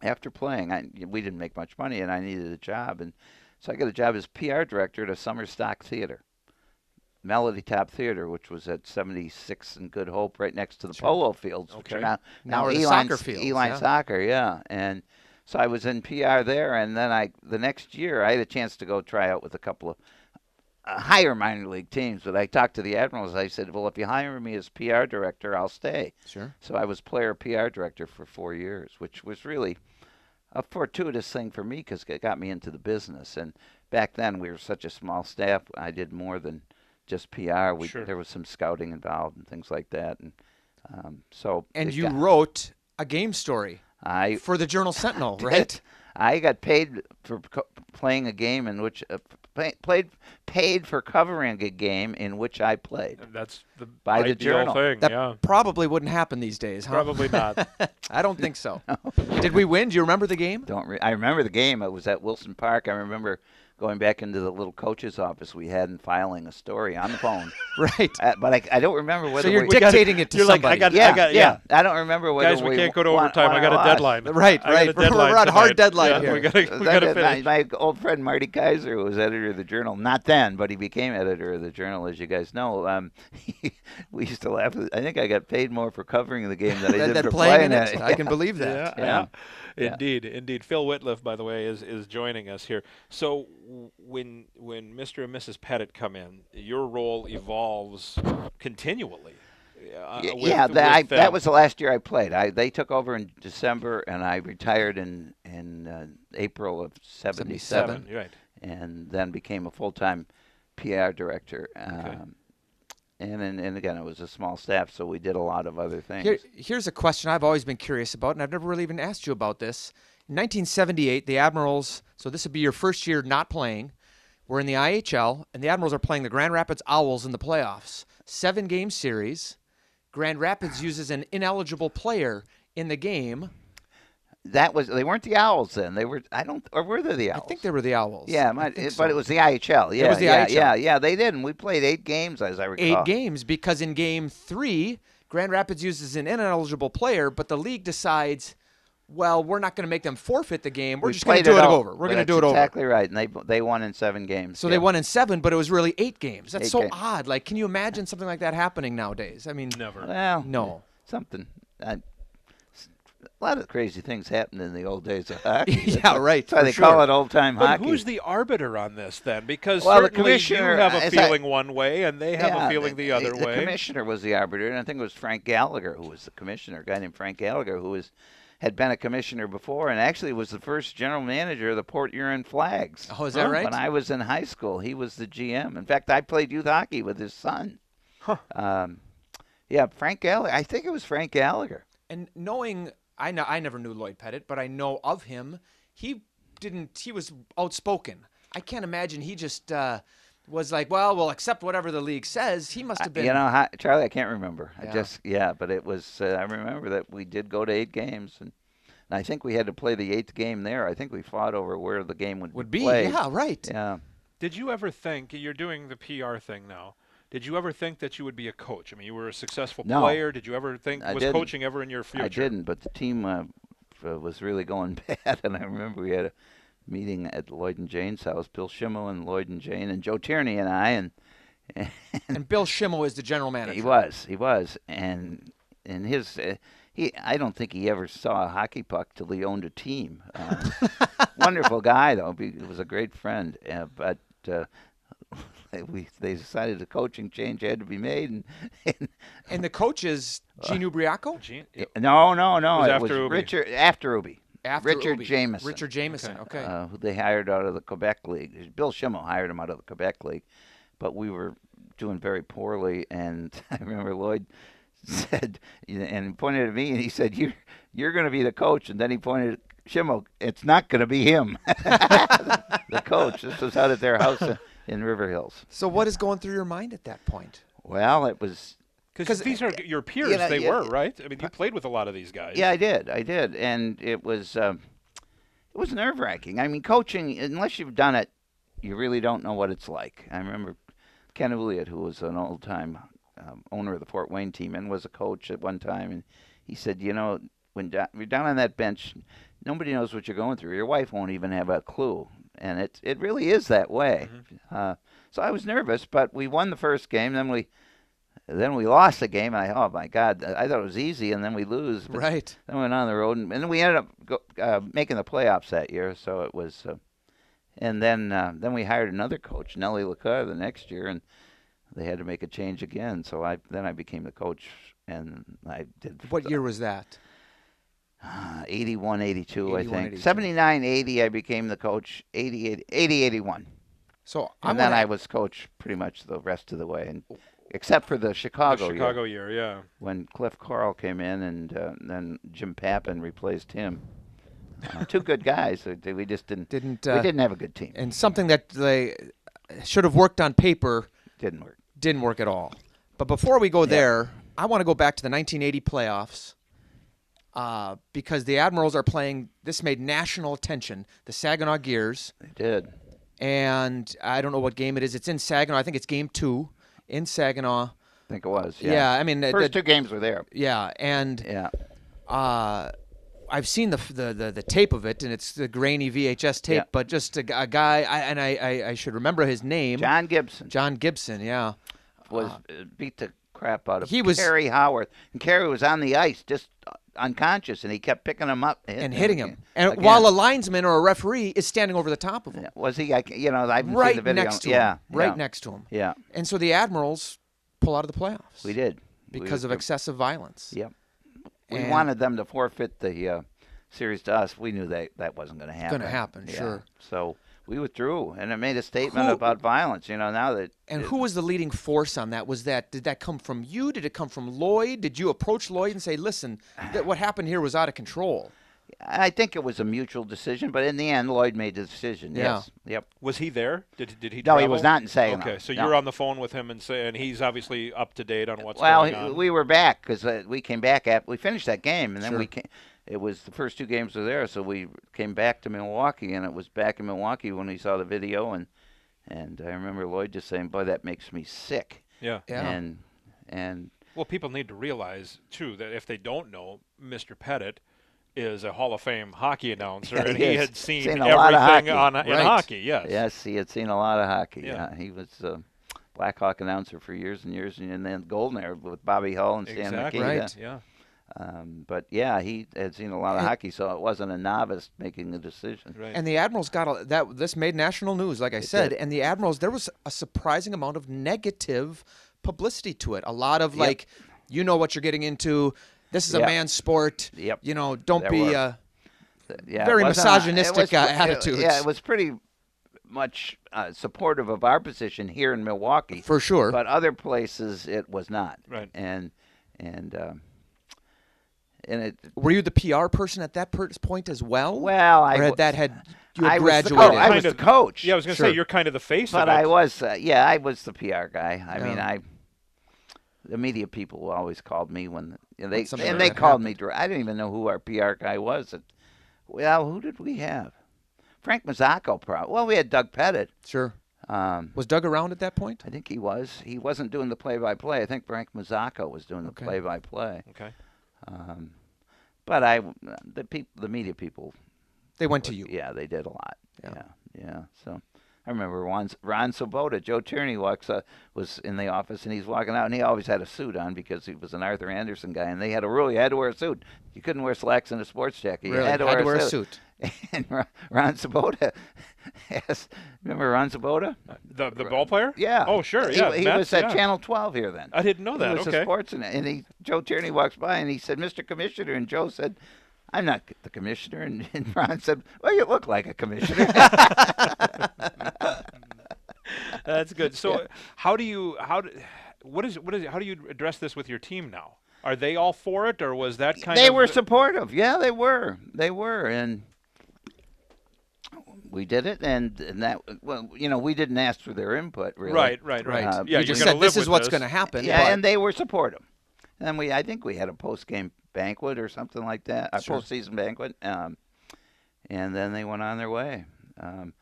S4: After playing, I we didn't make much money, and I needed a job, and so I got a job as PR director at a summer stock theater, Melody Top Theater, which was at 76 and Good Hope, right next to the polo fields, which are
S1: Okay.
S4: now
S2: Now
S4: now
S2: are the
S4: Elon,
S2: soccer fields,
S4: Elon
S2: yeah.
S4: Soccer, yeah, and. So I was in PR there, and then I the next year I had a chance to go try out with a couple of uh, higher minor league teams, but I talked to the admirals. I said, "Well, if you hire me as PR director, I'll stay."
S2: Sure.
S4: So I was player PR director for four years, which was really a fortuitous thing for me because it got me into the business. And back then, we were such a small staff. I did more than just PR. We,
S1: Sure.
S4: There was some scouting involved and things like that. And um, so,
S2: And
S4: it
S2: you
S4: got-
S2: wrote a game story
S4: I
S2: for the Journal Sentinel,
S4: did.
S2: right?
S4: I got paid for co- playing a game in which uh, play, played paid for covering a game in which I played.
S1: it? That's the
S4: By the
S1: ideal
S4: journal.
S1: thing.
S2: That
S1: yeah.
S2: probably wouldn't happen these days, huh?
S1: Probably not.
S2: I don't think so. Did we win? Do you remember the game?
S4: Don't re- I remember the game? It was at Wilson Park. I remember going back into the little coach's office we had and filing a story on the phone.
S2: Right.
S4: Uh, but I, I don't remember whether
S2: So you're
S4: we,
S2: dictating it to
S1: you're like, I
S2: somebody.
S1: got-
S4: yeah,
S1: yeah.
S4: yeah, I don't remember whether
S1: Guys, we, can't go to
S4: won-
S1: overtime.
S4: won
S1: I
S4: or
S1: got a
S4: lost.
S1: deadline.
S2: Right,
S1: I got a
S2: right. We're
S1: deadline
S2: on hard
S1: tonight.
S2: deadline
S1: Yeah,
S2: here.
S1: We got to
S4: That-
S1: we got to
S4: that- my,
S1: finish.
S4: my old friend Marty Kaiser who was editor of the Journal. Not then, but he became editor of the Journal, as you guys know. Um, we used to laugh. I think I got paid more for covering the game than I
S2: That,
S4: did
S2: that
S4: for
S2: playing in
S4: playing
S2: it. I can believe that.
S1: Yeah,
S4: Yeah.
S1: yeah.
S4: Yeah.
S1: Indeed, indeed. Phil Whitliff, by the way, is is joining us here. So w- when when Mr. and Mrs. Pettit come in, your role evolves continually. Uh,
S4: Y-
S1: with-
S4: yeah, that,
S1: with
S4: I,
S1: them.
S4: that was the last year I played. I they took over in December, and I retired in in uh, April of '77,
S1: seven. Right.
S4: and then became a full-time PR director. Um, And, and and again, it was a small staff, so we did a lot of other things.
S2: Here, here's a question I've always been curious about, and I've never really even asked you about this. In 1978, the Admirals, so this would be your first year not playing, were in the IHL, and the Admirals are playing the Grand Rapids Owls in the playoffs. Seven game series. Grand Rapids uses an ineligible player in the game.
S4: that was they weren't the Owls then. They were I don't or were they the
S2: I
S4: Owls?
S2: think they were the Owls.
S4: Yeah,
S2: I
S4: my,
S2: think
S4: it- but it
S2: so.
S4: was the IHL. Yeah,
S2: was the
S4: yeah,
S2: IHL.
S4: yeah, yeah. They didn't. We played eight games, as I recall.
S2: eight games because in game three, Grand Rapids uses an ineligible player, but the league decides, well, we're not going to make them forfeit the game. We're
S4: We
S2: just going to
S4: played
S2: do it
S4: all,
S2: over. We're
S4: but
S2: going to
S4: that's
S2: do it over.
S4: Exactly right. And they they won in seven games.
S2: So
S4: yeah.
S2: they won in seven, but it was really eight games. That's
S4: Eight
S2: so
S4: games.
S2: odd. Like, can you imagine something like that happening nowadays? I mean,
S1: Never.
S4: Well,
S2: No.
S4: something. I, s- a lot of crazy things happened in the old days of hockey. That's
S2: yeah,
S4: why-
S2: right.
S4: That's why
S2: for
S4: they
S2: sure.
S4: call it old time
S1: But
S4: hockey.
S1: who's the arbiter on this then? Because
S4: Well, the
S1: certainly you
S4: commissioner,
S1: have a
S4: as I-
S1: feeling one way, and they have
S4: Yeah,
S1: a feeling the, other way.
S4: commissioner was the arbiter, and I think it was Frank Gallagher who was the commissioner. A guy named Frank Gallagher who was had been a commissioner before, and actually was the first general manager of the Port Huron Flags.
S2: Oh, is that right?
S4: When I was in high school, he was the GM. In fact, I played youth hockey with his son. Um, yeah, Frank Gallagher. I think it was Frank Gallagher.
S2: and knowing I know I never knew Lloyd Pettit, but I know of him. He didn't. He was outspoken. I can't imagine he just uh, was like, well, we'll accept whatever the league says. He must
S4: I-
S2: have been.
S4: Uh, You know, hi- Charlie, I can't remember.
S2: Yeah.
S4: I just yeah, but it was. Uh, I remember that we did go to eight games, and, and I think we had to play the eighth game there. I think we fought over where the game would,
S2: would be
S4: played.
S2: yeah right
S4: Yeah.
S1: Did you ever think you're doing the PR thing now? Did you ever think that you would be a coach? I mean, you were a successful
S4: No.
S1: player. Did you ever think
S4: I
S1: was
S4: didn't.
S1: coaching ever in your future?
S4: I didn't, but the team uh, f- was really going bad, and I remember we had a meeting at Lloyd and Jane's house. Bill Schimmel and Lloyd and Jane and Joe Tierney and I, and
S2: and bill schimmel is the general manager
S4: he was, he was, and and his. Uh, he, I don't think he ever saw a hockey puck till he owned a team. Um, wonderful guy though. He was a great friend, uh, but uh, we they decided the coaching change had to be made, and, and
S2: and the coach is
S4: Uh,
S2: gene ubriaco
S1: Gene-
S4: no, no,
S1: It
S4: no,
S1: was
S4: it
S1: after
S4: was
S1: Ubi.
S4: Richard after Ubi,
S2: after
S4: Richard
S2: Obi.
S4: Jameson.
S2: richard jameson okay,
S4: uh, who they hired out of the Quebec League. Bill Schimmel hired him out of the Quebec League, but we were doing very poorly. And I remember Lloyd said and he pointed at me and he said, "You, you're going to be the coach." And then he pointed. at Schimmel, it's not going to be him. the coach. This was out at their house in- in River Hills.
S2: so what is going through your mind at that point
S4: Well, it was
S1: Because
S2: 'Cause,
S1: these are your peers.
S4: know,
S1: they
S4: yeah,
S1: were
S4: yeah.
S1: right. I mean, you played with a lot of these guys.
S4: Yeah, I did. I did, and it was um, it was nerve wracking. I mean, coaching unless you've done it, you really don't know what it's like. I remember Ken Ouliot, who was an old time um, owner of the Fort Wayne team and was a coach at one time, and he said, you know, when do- you're down on that bench, nobody knows what you're going through. Your wife won't even have a clue, and it it really is that way. Uh, so I was nervous, but we won the first game. Then we then we lost the game. And I oh my god, I thought it was easy, and then we lose. but
S2: Right.
S4: Then we went on the road, and, and then we ended up go, uh, making the playoffs that year. So it was, uh, and then uh, then we hired another coach, Nellie LaCour, the next year, and they had to make a change again. So I then I became the coach, and I did
S2: What year was that?
S4: uh, 81, 82, I
S2: 81,
S4: think.
S2: 82.
S4: 79, 80, I became the coach. 88, 80, 81.
S2: So I'm
S4: And then
S2: gonna-
S4: I was coach pretty much the rest of the way, and except for the Chicago, year,
S1: Chicago year, yeah.
S4: when Cliff Carl came in, and uh, then Jim Pappin replaced him. Uh, two good guys. so We just didn't.
S2: Didn't,
S4: we
S2: uh,
S4: didn't have a good team.
S2: and something that they should have worked on paper
S4: didn't work.
S2: Didn't work at all. But before we go there, I want to go back to the 1980 playoffs uh, because the Admirals are playing. This made national attention. The Saginaw Gears. They
S4: did.
S2: And I don't know what game it is. It's in Saginaw. I think it's game two in Saginaw.
S4: I think it was.
S2: Yeah.
S4: Yeah.
S2: I mean, it-
S4: first
S2: it-
S4: two games were there.
S2: Yeah, and
S4: yeah,
S2: uh, I've seen the, f- the the the tape of it, and it's the grainy VHS tape.
S4: Yeah.
S2: But just a, g- a guy, I, and I, I I should remember his name.
S4: John Gibson.
S2: John Gibson. Yeah.
S4: Was uh, beat the crap out of
S2: He was-
S4: Kerry Howard, and Kerry was on the ice just uh, unconscious, and he kept picking him up
S2: and hitting him.
S4: again-
S2: And
S4: again.
S2: while a linesman or a referee is standing over the top of him,
S4: was he? I, ca- you know, I haven't
S2: right
S4: seen the video.
S2: next to
S4: yeah,
S2: him, right
S4: yeah.
S2: next to him.
S4: Yeah,
S2: And so the Admirals pull out of the playoffs
S4: we did We-
S2: because of
S4: we-
S2: excessive violence.
S4: Yep. We
S2: And-
S4: wanted them to forfeit the uh, series to us. We knew that that wasn't going to happen.
S2: gonna happen,
S4: Yeah.
S2: sure.
S4: So we withdrew, and it made a statement
S2: Who-
S4: about violence. You know, now that
S2: And
S4: it-
S2: who was the leading force on that? Was that did that come from you? Did it come from Lloyd? Did you approach Lloyd and say, "Listen, that what happened here was out of control"?
S4: I think it was a mutual decision, but in the end, Lloyd made the decision.
S2: Yeah.
S4: Yes. Yep.
S1: Was he there? Did did he?
S4: No, he was
S1: travel?
S4: not in Saginaw.
S1: Okay, so
S4: No.
S1: you're on the phone with him and say, and he's obviously up to date on what's
S4: well,
S1: going
S4: he-
S1: on.
S4: we were back because uh, we came back after we finished that game, and then
S1: Sure.
S4: we came. It was the first two games were there, so we came back to Milwaukee, and it was back in Milwaukee when we saw the video, and and I remember Lloyd just saying, "Boy, that makes me sick."
S1: Yeah. Yeah.
S4: And and
S1: Well, people need to realize too that if they don't know, Mr. Pettit is a Hall of Fame hockey announcer, and he
S4: is.
S1: had seen,
S4: Seen a
S1: everything
S4: lot of hockey.
S1: on in hockey. Yes.
S4: Yes, he had seen a lot of hockey.
S1: Yeah.
S4: Yeah. he was a Blackhawk announcer for years and years, and then Golden Era with Bobby Hull and Stan
S1: Exactly.
S4: McKee.
S1: Right. Yeah.
S4: Um, but yeah, he had seen a lot of
S2: And-
S4: hockey, so it wasn't a novice making the decision.
S1: Right.
S2: And the Admirals got a, that. This made national news, like I said. And the Admirals, there was a surprising amount of negative publicity to it. A lot of
S4: Yep.
S2: like, you know what you're getting into. This is a
S4: Yep.
S2: man's sport.
S4: Yep.
S2: You know, don't
S4: There
S2: be.
S4: were.
S2: Uh,
S4: yeah, it
S2: very
S4: wasn't a- it
S2: misogynistic,
S4: was-
S2: uh,
S4: it-
S2: attitudes.
S4: yeah, it was pretty much uh, supportive of our position here in Milwaukee
S2: For sure.
S4: but other places it was not.
S1: Right.
S4: and and um, and it
S2: were you the PR person at that per- point as well?
S4: Well, I
S2: or had
S4: was-
S2: that had you had
S4: I was the
S2: graduated?
S4: co- I was the coach.
S1: Yeah, I was going to say you're kind of the face
S4: But
S1: of it.
S4: I was, uh, yeah, I was the PR guy. I mean,
S2: Yeah.
S4: I the media people always called me when you know,
S2: When
S4: they
S2: something
S4: and
S2: like
S4: they
S2: that
S4: called me. Direct. I didn't even know who our PR guy was. It- well, who did we have? Frank Mazzacco, probably. Well, we had Doug Pettit.
S2: Sure.
S4: Um,
S2: was Doug around at that point?
S4: I think he was. He wasn't doing the play-by-play. I think Frank Mazzacco was doing the
S2: Okay.
S4: play-by-play.
S1: Okay.
S4: Um, but I, the people, the media people,
S2: They went to you.
S4: yeah, they did a lot.
S2: Yeah.
S4: Yeah, yeah. So I remember once Ron Sobota, Joe Tierney walks uh, was in the office and he's walking out and he always had a suit on because he was an Arthur Anderson guy and they had a rule you had to wear a suit. You couldn't wear slacks and a sports jacket. You
S2: Really?
S4: had to
S2: Had
S4: wear,
S2: to wear a
S4: a suit. and Ron, Ron Sobota, yes, remember Ron Sobota?
S1: The the ball player.
S4: Yeah.
S1: Oh sure.
S4: He-
S1: Yeah.
S4: He,
S1: Mets,
S4: was at
S1: yeah.
S4: Channel 12 here then.
S1: I didn't know that.
S4: He was
S1: Okay.
S4: a sports and, and he Joe Tierney walks by and he said, "Mr. Commissioner," and Joe said. I'm not the commissioner, and, and Ron said, "Well, you look like a commissioner."
S1: That's good. So, how do you how do, what is what is how do you address this with your team now? Are they all for it, or was that kind
S4: they
S1: of
S4: were supportive. Yeah, they were. They were, and we did it. And, and that, well, you know, we didn't ask for their input, really.
S1: Right, right, right.
S4: Uh,
S1: Yeah,
S2: you
S1: you're
S2: just
S1: gonna
S2: said this
S1: live with
S2: is what's
S1: this.
S2: going to happen.
S4: yeah,
S2: but-
S4: and they were supportive. And we, I think we had a post game banquet or something like that, a
S2: Sure.
S4: postseason banquet. Um, and then they went on their way. Um,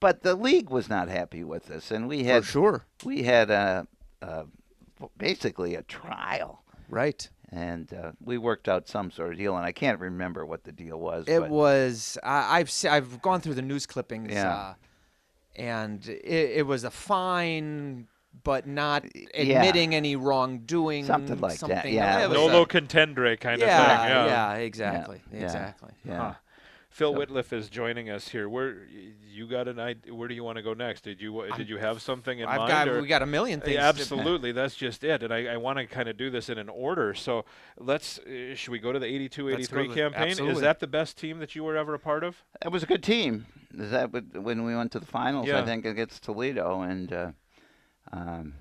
S4: but the league was not happy with this, and we had
S2: sure.
S4: we had a, a basically a trial,
S2: Right.
S4: and uh, we worked out some sort of deal, and I can't remember what the deal was.
S2: It
S4: but
S2: was. I I've se- I've gone through the news clippings.
S4: Yeah.
S2: Uh, and it, it was a fine, but not
S4: yeah.
S2: admitting any wrongdoing.
S4: Something like that,
S2: something-
S4: yeah,
S2: it
S4: it
S2: was
S4: was
S2: a-
S4: Nolo
S1: Nolo contendere kind of
S2: yeah,
S1: thing.
S2: yeah, exactly,
S4: yeah,
S2: exactly.
S4: Yeah.
S1: Huh. Phil
S4: So-
S1: Whitliff is joining us here. Where you got an idea? Where do you want to go next? Did you did you have something in
S2: I've
S1: mind?
S2: got
S1: or-
S2: we got a million
S1: Yeah,
S2: things. to-
S1: absolutely, that's just it. And I, I want to kind of do this in an order. So let's uh, should we go to the 82
S2: Let's go
S1: 83
S2: to the-
S1: campaign? Is
S2: absolutely.
S1: that the best team that you were ever a part of?
S4: It was a good team. Is that what- when we went to the finals?
S1: Yeah.
S4: I think against Toledo, and uh, um,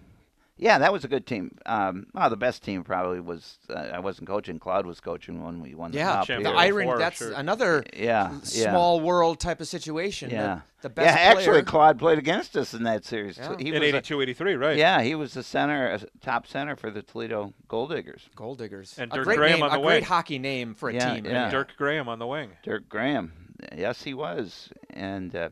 S4: yeah, that was a good team. Um, well, the best team probably was uh, I wasn't coaching. Claude was coaching when we won the
S2: yeah,
S4: cup.
S2: the
S1: Champions
S4: here.
S1: League.
S2: iron.
S1: Four,
S2: that's
S1: sure.
S2: another
S4: yeah, yeah.
S2: small world type of situation. The-
S4: Yeah.
S2: the, best.
S4: yeah, actually,
S2: player-
S4: Claude played against us in that series.
S2: Yeah.
S4: He
S1: in
S4: was a-
S1: 82 83, right?
S4: yeah, he was the center, a top center for the Toledo Gold Diggers.
S2: Gold diggers.
S1: And
S2: a
S1: Dirk
S2: great
S1: Graham
S2: name,
S1: on
S2: a
S1: the
S2: great
S1: wing.
S2: hockey name for a
S4: Yeah,
S2: team.
S4: yeah.
S1: Dirk Graham on the wing.
S4: Dirk Graham. Yes, he was, and uh,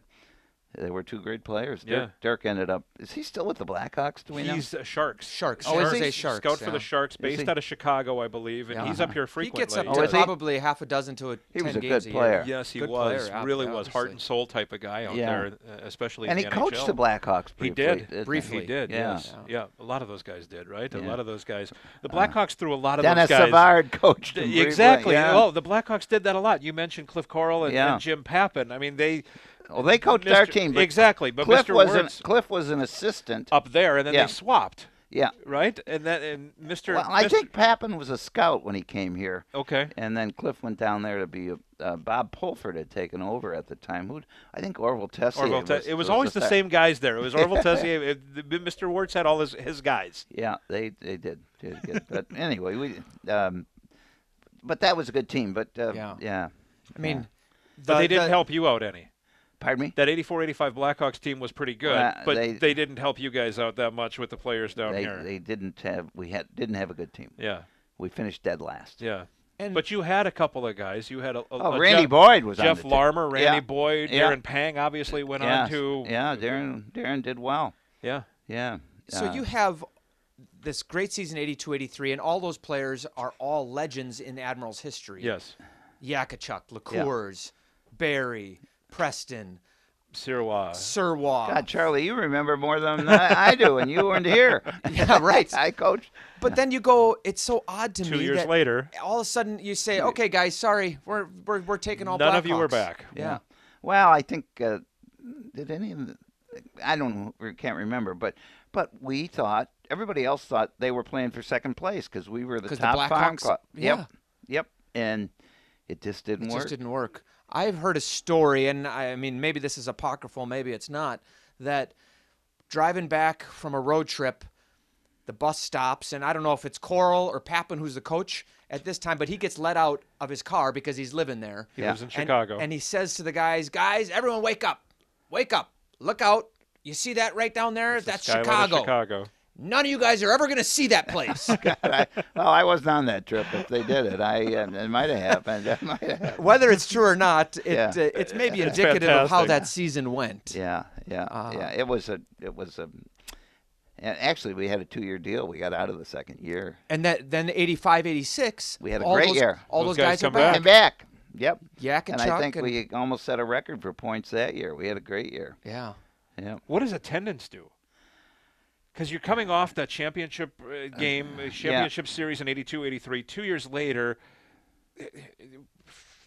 S4: they were two great players. Dirk,
S1: Yeah.
S4: Dirk ended up. Is he still with the Blackhawks? Do we know?
S1: He's uh, Sharks.
S2: Sharks.
S4: Oh, is
S2: Sharks.
S4: he?
S2: Say Sharks.
S1: Scout for
S2: yeah.
S1: the Sharks, based
S4: he?
S1: out of Chicago, I believe, and
S2: Yeah.
S1: he's up here
S2: He
S1: frequently.
S2: gets up
S4: Oh,
S2: to
S4: is he?
S2: probably half a dozen to a
S4: He
S2: ten
S4: was a
S2: games
S4: good
S2: year.
S4: player.
S1: Yes, he
S2: Good
S1: was.
S2: player, ob-
S1: really was heart
S2: obviously.
S1: and soul type of guy out
S4: Yeah.
S1: there, uh, especially
S4: and he
S1: in the
S4: coached
S1: NHL.
S4: the Blackhawks.
S1: He
S4: briefly,
S1: did.
S4: didn't
S2: Briefly.
S1: He did,
S4: Yeah.
S1: yes. Yeah. a lot of those guys did, right? A
S4: Yeah.
S1: lot of those guys. The Blackhawks threw a lot of
S4: Dennis
S1: those guys.
S4: Savard coached him. briefly,
S1: Exactly.
S4: Yeah.
S1: Well, the Blackhawks did that a lot. You mentioned Cliff Carl and,
S4: Yeah.
S1: and Jim Pappin. I mean, they.
S4: Well, they coached our
S1: Mr.
S4: team. But
S1: exactly. But
S4: Cliff
S1: Mr.
S4: was an,
S1: Wirtz
S4: Cliff was an assistant.
S1: up there, and then
S4: Yeah.
S1: they swapped,
S4: yeah.
S1: right? And then and Mr.
S4: Well, I
S1: Mr.
S4: think Pappin was a scout when he came here.
S1: Okay.
S4: And then Cliff went down there to be a, uh, Bob Pulford had taken over at the time. Who I think Orville Tessier.
S1: Orville Te-
S4: was,
S1: it was always the
S4: sec-
S1: same guys there. It was Orville Tessier. it- the- Mr. Wirtz had all his, his guys.
S4: Yeah, they they did. did good. but anyway, we um, but that was a good team. But uh, yeah,
S2: Yeah. I
S4: yeah.
S2: mean,
S1: But
S2: the-
S1: they didn't
S2: the-
S1: help you out any.
S4: Pardon me.
S1: That 84 85 Blackhawks team was pretty good,
S4: Well,
S1: but
S4: they-
S1: they, didn't help you guys out that much with the players down
S4: They,
S1: here.
S4: they didn't have we had didn't have a good team.
S1: yeah,
S4: We finished dead last.
S1: yeah.
S2: And-
S1: but you had a couple of guys. You had a, a,
S4: Oh,
S1: a
S4: Randy
S1: Jeff,
S4: Boyd was on
S1: Jeff
S4: the team.
S1: Larmer, Randy
S4: Yeah.
S1: Boyd,
S4: Yeah.
S1: Darren Pang obviously went on
S4: Yes.
S1: to
S4: Yeah, Darren Darren did well.
S1: yeah.
S4: Yeah.
S2: So
S4: Uh,
S2: you have this great season 82 83 and all those players are all legends in Admiral's history.
S1: Yes,
S2: Yakachuk, LaCours, Barry, Preston,
S1: Sirwa.
S2: Sirwa.
S4: God, Charlie, you remember more than I, I do, and you weren't here.
S2: Yeah, right.
S4: I coached.
S2: But then you go it's so odd to me
S1: Two years
S2: that
S1: later,
S2: all of a sudden you say, "Okay guys, sorry. We're we're, we're taking all
S1: none of you were
S2: Blackhawks."
S1: back.
S2: Yeah.
S4: Well, I think uh, did any of the, I don't re- can't remember, but but we thought everybody else thought they were playing for second place because we were the
S2: 'Cause the
S4: top farm
S2: Blackhawks-
S4: club.
S2: yeah.
S4: Yep. Yep. And it just didn't
S2: It
S4: work.
S2: just didn't work. I've heard a story, and I, I mean, maybe this is apocryphal, maybe it's not, that driving back from a road trip, the bus stops, and I don't know if it's Coral or Pappin who's the coach at this time, but he gets let out of his car because he's living there.
S1: He
S4: Yeah.
S1: was in
S2: And-
S1: Chicago.
S2: And, he says to the guys, guys, everyone wake up. Wake up. Look out. You see that right down there? That's
S1: Skyline of
S2: Chicago.
S1: Chicago.
S2: None of you guys are ever going to see that place.
S4: I, well, I wasn't on that trip. If they did it, I uh, it might have happened. It might have. happened.
S2: Whether it's true or not, it,
S4: Yeah.
S2: uh, it's maybe indicative of how
S1: fantastic.
S2: that season went.
S4: Yeah, yeah,
S1: Ah.
S4: yeah. It was a, it was a. And actually, we had a two-year deal. We got out of the second year.
S2: And that then 85, 86.
S4: We had a
S2: all
S4: great
S2: those,
S4: year.
S2: All
S1: Those
S2: those,
S1: guys
S2: guys, are
S1: come
S2: back.
S4: Came back. Yep.
S2: Yak and,
S4: And I
S2: Chuck
S4: think
S2: and-
S4: we almost set a record for points that year. We had a great year.
S2: Yeah.
S4: Yeah.
S1: What does attendance do? Because you're coming off that championship uh, game, uh, championship series in 82, 83. Two years later,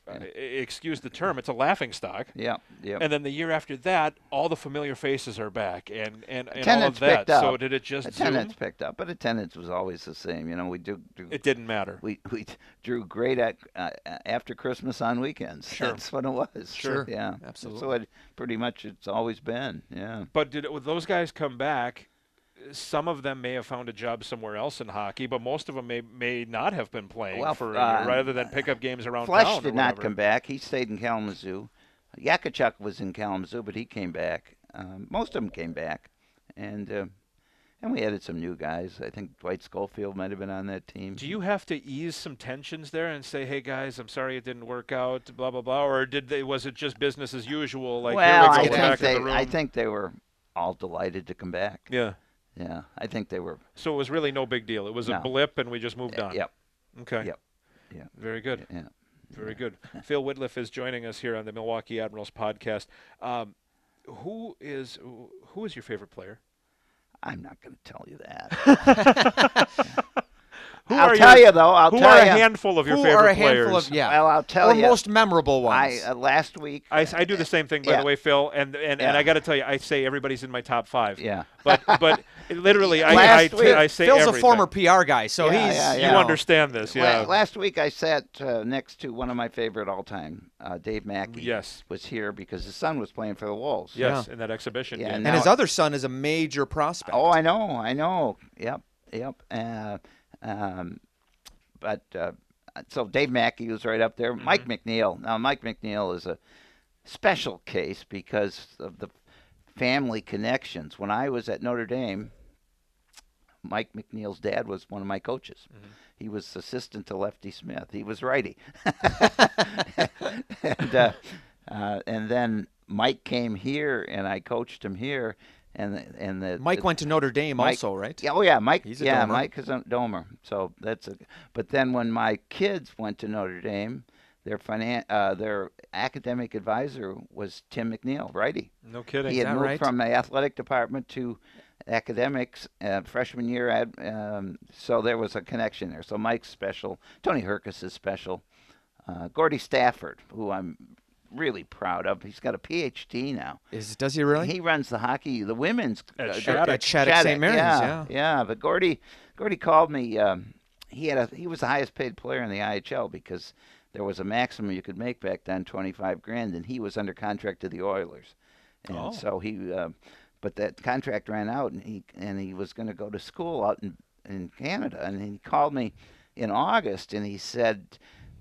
S1: uh, excuse the term, it's a laughing stock.
S4: Yeah. Yeah.
S1: And then the year after that, all the familiar faces are back and, and, and all of
S4: attendance
S1: that.
S4: picked up.
S1: So did it just
S4: attendance
S1: zoom?
S4: picked up, but attendance was always the same. You know, we do, do
S1: It didn't matter.
S4: we we drew great at, uh, uh, after Christmas on weekends.
S1: Sure.
S4: That's what it was.
S2: Sure.
S4: Yeah.
S2: Absolutely.
S4: So it pretty much it's always been. Yeah.
S1: But did when those guys come back? Some of them may have found a job somewhere else in hockey, but most of them may, may not have been playing
S4: Well,
S1: for a
S4: uh,
S1: year, rather than pick up games around town.
S4: Flesh
S1: or
S4: did not
S1: whatever.
S4: come back. He stayed in Kalamazoo. Yakachuk was in Kalamazoo, but he came back. Um, most of them came back, and uh, And we added some new guys. I think Dwight Schofield might have been on that team.
S1: Do you have to ease some tensions there and say, "Hey guys, I'm sorry it didn't work out," blah blah blah, or did they? Was it just business as usual? Like,
S4: well,
S1: here
S4: I
S1: we go, we're
S4: think
S1: back in
S4: they,
S1: the room.
S4: I think they were all delighted to come back.
S1: Yeah.
S4: Yeah, I think they were.
S1: so. It was really no big deal. It was a
S4: No.
S1: blip, and we just moved
S4: Uh,
S1: on.
S4: yep.
S1: Okay.
S4: Yep. Yeah.
S1: Very good.
S4: Yeah.
S1: Very good. Phil Whitliff is joining us here on the Milwaukee Admirals podcast. Um, who is who is your favorite player?
S4: I'm not going to tell you that.
S1: Who
S4: I'll
S1: are
S4: tell
S1: your-
S4: you though. I'll
S1: who
S4: tell
S1: are a
S4: you.
S1: handful of your
S2: Who
S1: favorite
S2: are a handful
S1: players?
S2: of yeah?
S4: Well, I'll tell
S2: or
S4: you.
S2: most memorable
S4: I
S2: ones.
S4: uh, last week.
S1: I, s- I do the same thing, by
S4: Yeah.
S1: the way, Phil. And and, and I
S4: Yeah.
S1: got to tell you, I say everybody's in my top five.
S4: Yeah.
S1: But but literally, I I,
S4: Last
S1: t-
S4: week-
S1: I say
S2: Phil's
S1: everything.
S2: a former PR guy, so
S4: Yeah,
S2: he's
S4: yeah,
S1: You
S4: yeah.
S2: know,
S1: understand this,
S4: La-
S1: yeah?
S4: last week I sat uh, next to one of my favorite all-time, uh, Dave Mackey.
S1: Yes.
S4: Was here because his son was playing for the Wolves.
S1: yes, in that exhibition.
S4: Yeah,
S1: game.
S4: and
S2: And his
S4: Now-
S2: other son is a major prospect.
S4: Oh, I know, I know. Yep, yep. Uh, um, but uh, so Dave Mackey was right up there. Mike
S2: Mm-hmm.
S4: McNeil. Now Mike McNeil is a special case because of the family connections. When I was at Notre Dame, Mike McNeil's dad was one of my coaches.
S2: Mm-hmm.
S4: He was assistant to Lefty Smith. He was righty. and, uh, uh, and then Mike came here, and I coached him here. And the, and the
S2: Mike went to Notre Dame
S4: Mike-
S2: also, right?
S4: yeah, oh yeah, Mike.
S2: He's a
S4: yeah,
S2: domer.
S4: Mike is a domer. So that's a. But then when my kids went to Notre Dame, their finan- uh, their academic advisor was Tim McNeil, righty.
S1: No kidding.
S4: He had
S2: that
S4: moved
S2: right?
S4: from the athletic department to academics uh, freshman year. Ad, um, so there was a connection there. So Mike's special. Tony Herkus is special. Uh, Gordy Stafford, who I'm really proud of. He's got a PhD now.
S2: Is does he really?
S4: He runs the hockey, the women's
S1: At
S4: uh,
S1: Shattuck.
S2: at Shattuck St. Mary's, yeah.
S4: yeah, But Gordy, Gordy called me. Um, he had a he was the highest paid player in the IHL because there was a maximum you could make back then, twenty five grand, and he was under contract to the Oilers, and
S1: Oh.
S4: so he. Um, but that contract ran out, and he and he was going to go to school out in in Canada, and he called me in August, and he said.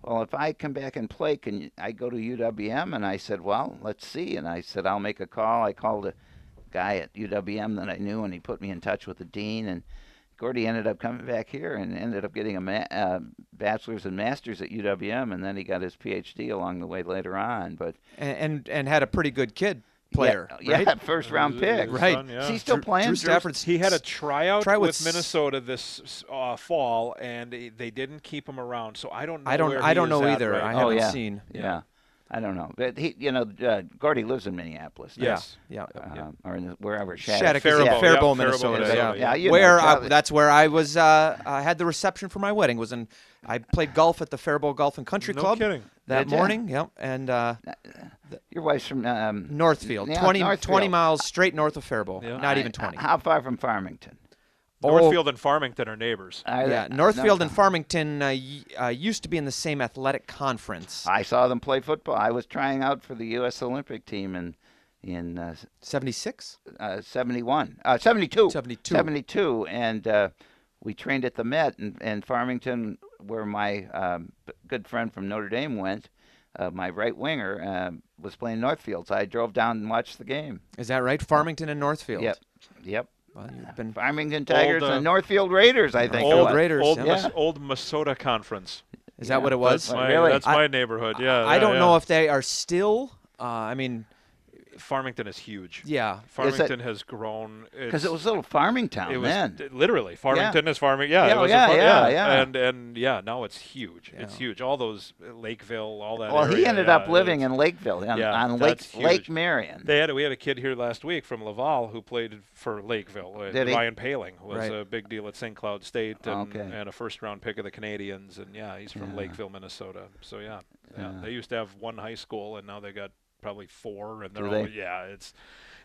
S4: Well, if I come back and play, can you, I go to UWM? And I said, well, let's see. And I said, I'll make a call. I called a guy at UWM that I knew, and he put me in touch with the dean. And Gordy ended up coming back here and ended up getting a ma- uh, bachelor's and master's at UWM, and then he got his PhD along the way later on. But
S2: and, and and had a pretty good kid player,
S4: yeah,
S2: right?
S4: yeah, first round
S1: His- his
S4: pick.
S2: Right.
S1: son, yeah.
S4: Is he still
S2: Drew-
S4: playing?
S2: Drew
S4: Drew's-
S2: Stafford's
S1: He had a tryout
S2: Try with
S1: with
S2: s-
S1: Minnesota this s- uh, fall, and he- they didn't keep him around. So I don't. Know
S2: I don't
S1: where
S2: I
S1: he
S2: don't
S1: is
S2: know
S1: at
S2: either.
S1: right
S2: I
S1: now.
S4: Oh,
S2: haven't
S4: yeah.
S2: seen.
S4: Yeah.
S1: Yeah.
S4: I don't know, but he, you know, uh, Gordy lives in Minneapolis. now,
S1: Oh, Yes.
S2: Yeah.
S1: yeah.
S4: um, or in the, wherever.
S2: Shattuck,
S1: Faribault,
S2: Faribault,
S1: yeah, Faribault,
S2: Faribault, Minnesota.
S1: Minnesota, yeah.
S2: Yeah,
S4: Yeah, you know,
S2: where I,
S4: Charlie.
S2: that's where I was. Uh, I had the reception for my wedding. Was in I played golf at the Faribault Golf and Country
S1: No
S2: Club
S1: kidding.
S2: that
S4: Did ya?
S2: morning. Yep, and uh,
S4: Your wife's from um,
S2: Northfield,
S4: yeah,
S2: 20,
S4: Northfield.
S2: 20 miles straight north of Faribault.
S1: Yeah.
S2: Not even
S4: Uh,
S2: twenty.
S4: How far from Farmington?
S2: Oh,
S1: Northfield and Farmington are neighbors.
S4: I-
S2: yeah,
S4: no,
S2: Northfield
S4: no.
S2: and Farmington uh, y- uh, used to be in the same athletic conference.
S4: I saw them play football. I was trying out for the U.S. Olympic team in in uh, s-
S2: Seventy six.
S4: uh, 71, uh, 72,
S2: 72.
S4: 72, and uh, we trained at the Met in, in Farmington, where my um, b- good friend from Notre Dame went. Uh, my right winger um was playing Northfield, so I drove down and watched the game.
S2: Is that right? Farmington and Northfield.
S4: Yep, yep.
S2: Well, you've been
S4: Farmington Tigers
S1: uh,
S4: and Northfield Raiders, I think. it
S1: Old
S4: was.
S2: Raiders,
S1: old,
S2: yeah.
S1: Mas- old Masota Conference.
S2: Is that what it was?
S1: That's my,
S4: Really?
S1: that's
S2: I-
S1: my neighborhood. Yeah.
S2: I
S1: yeah,
S2: don't
S1: yeah.
S2: know if they are still. Uh, I mean,
S1: Farmington is huge.
S2: yeah.
S1: Farmington has grown.
S4: Because it
S1: It's-
S4: was a little farming town
S1: it was
S4: then.
S1: d- literally Farmington is farming. Yeah,
S4: Yeah,
S1: it was a
S4: yeah,
S1: far-
S4: yeah, yeah.
S1: and and yeah, now it's huge. It's
S2: Yeah.
S1: huge. All those uh, Lakeville, all that.
S4: Well, he
S1: area,
S4: ended
S1: yeah,
S4: up living
S1: it's-
S4: in Lakeville on,
S1: Yeah,
S4: on Lake
S1: that's huge.
S4: Lake Marion.
S1: They had we had a kid here last week from Laval who played for Lakeville. Uh,
S4: Did he?
S1: Ryan Paling who was
S2: Right.
S1: a big deal at St. Cloud State and,
S4: Okay.
S1: and a first round pick of the Canadians. And yeah, he's from
S4: Yeah.
S1: Lakeville, Minnesota. So yeah, yeah, they used to have one high school and now they got probably four. And they're
S4: Do
S1: all,
S4: they?
S1: yeah, it's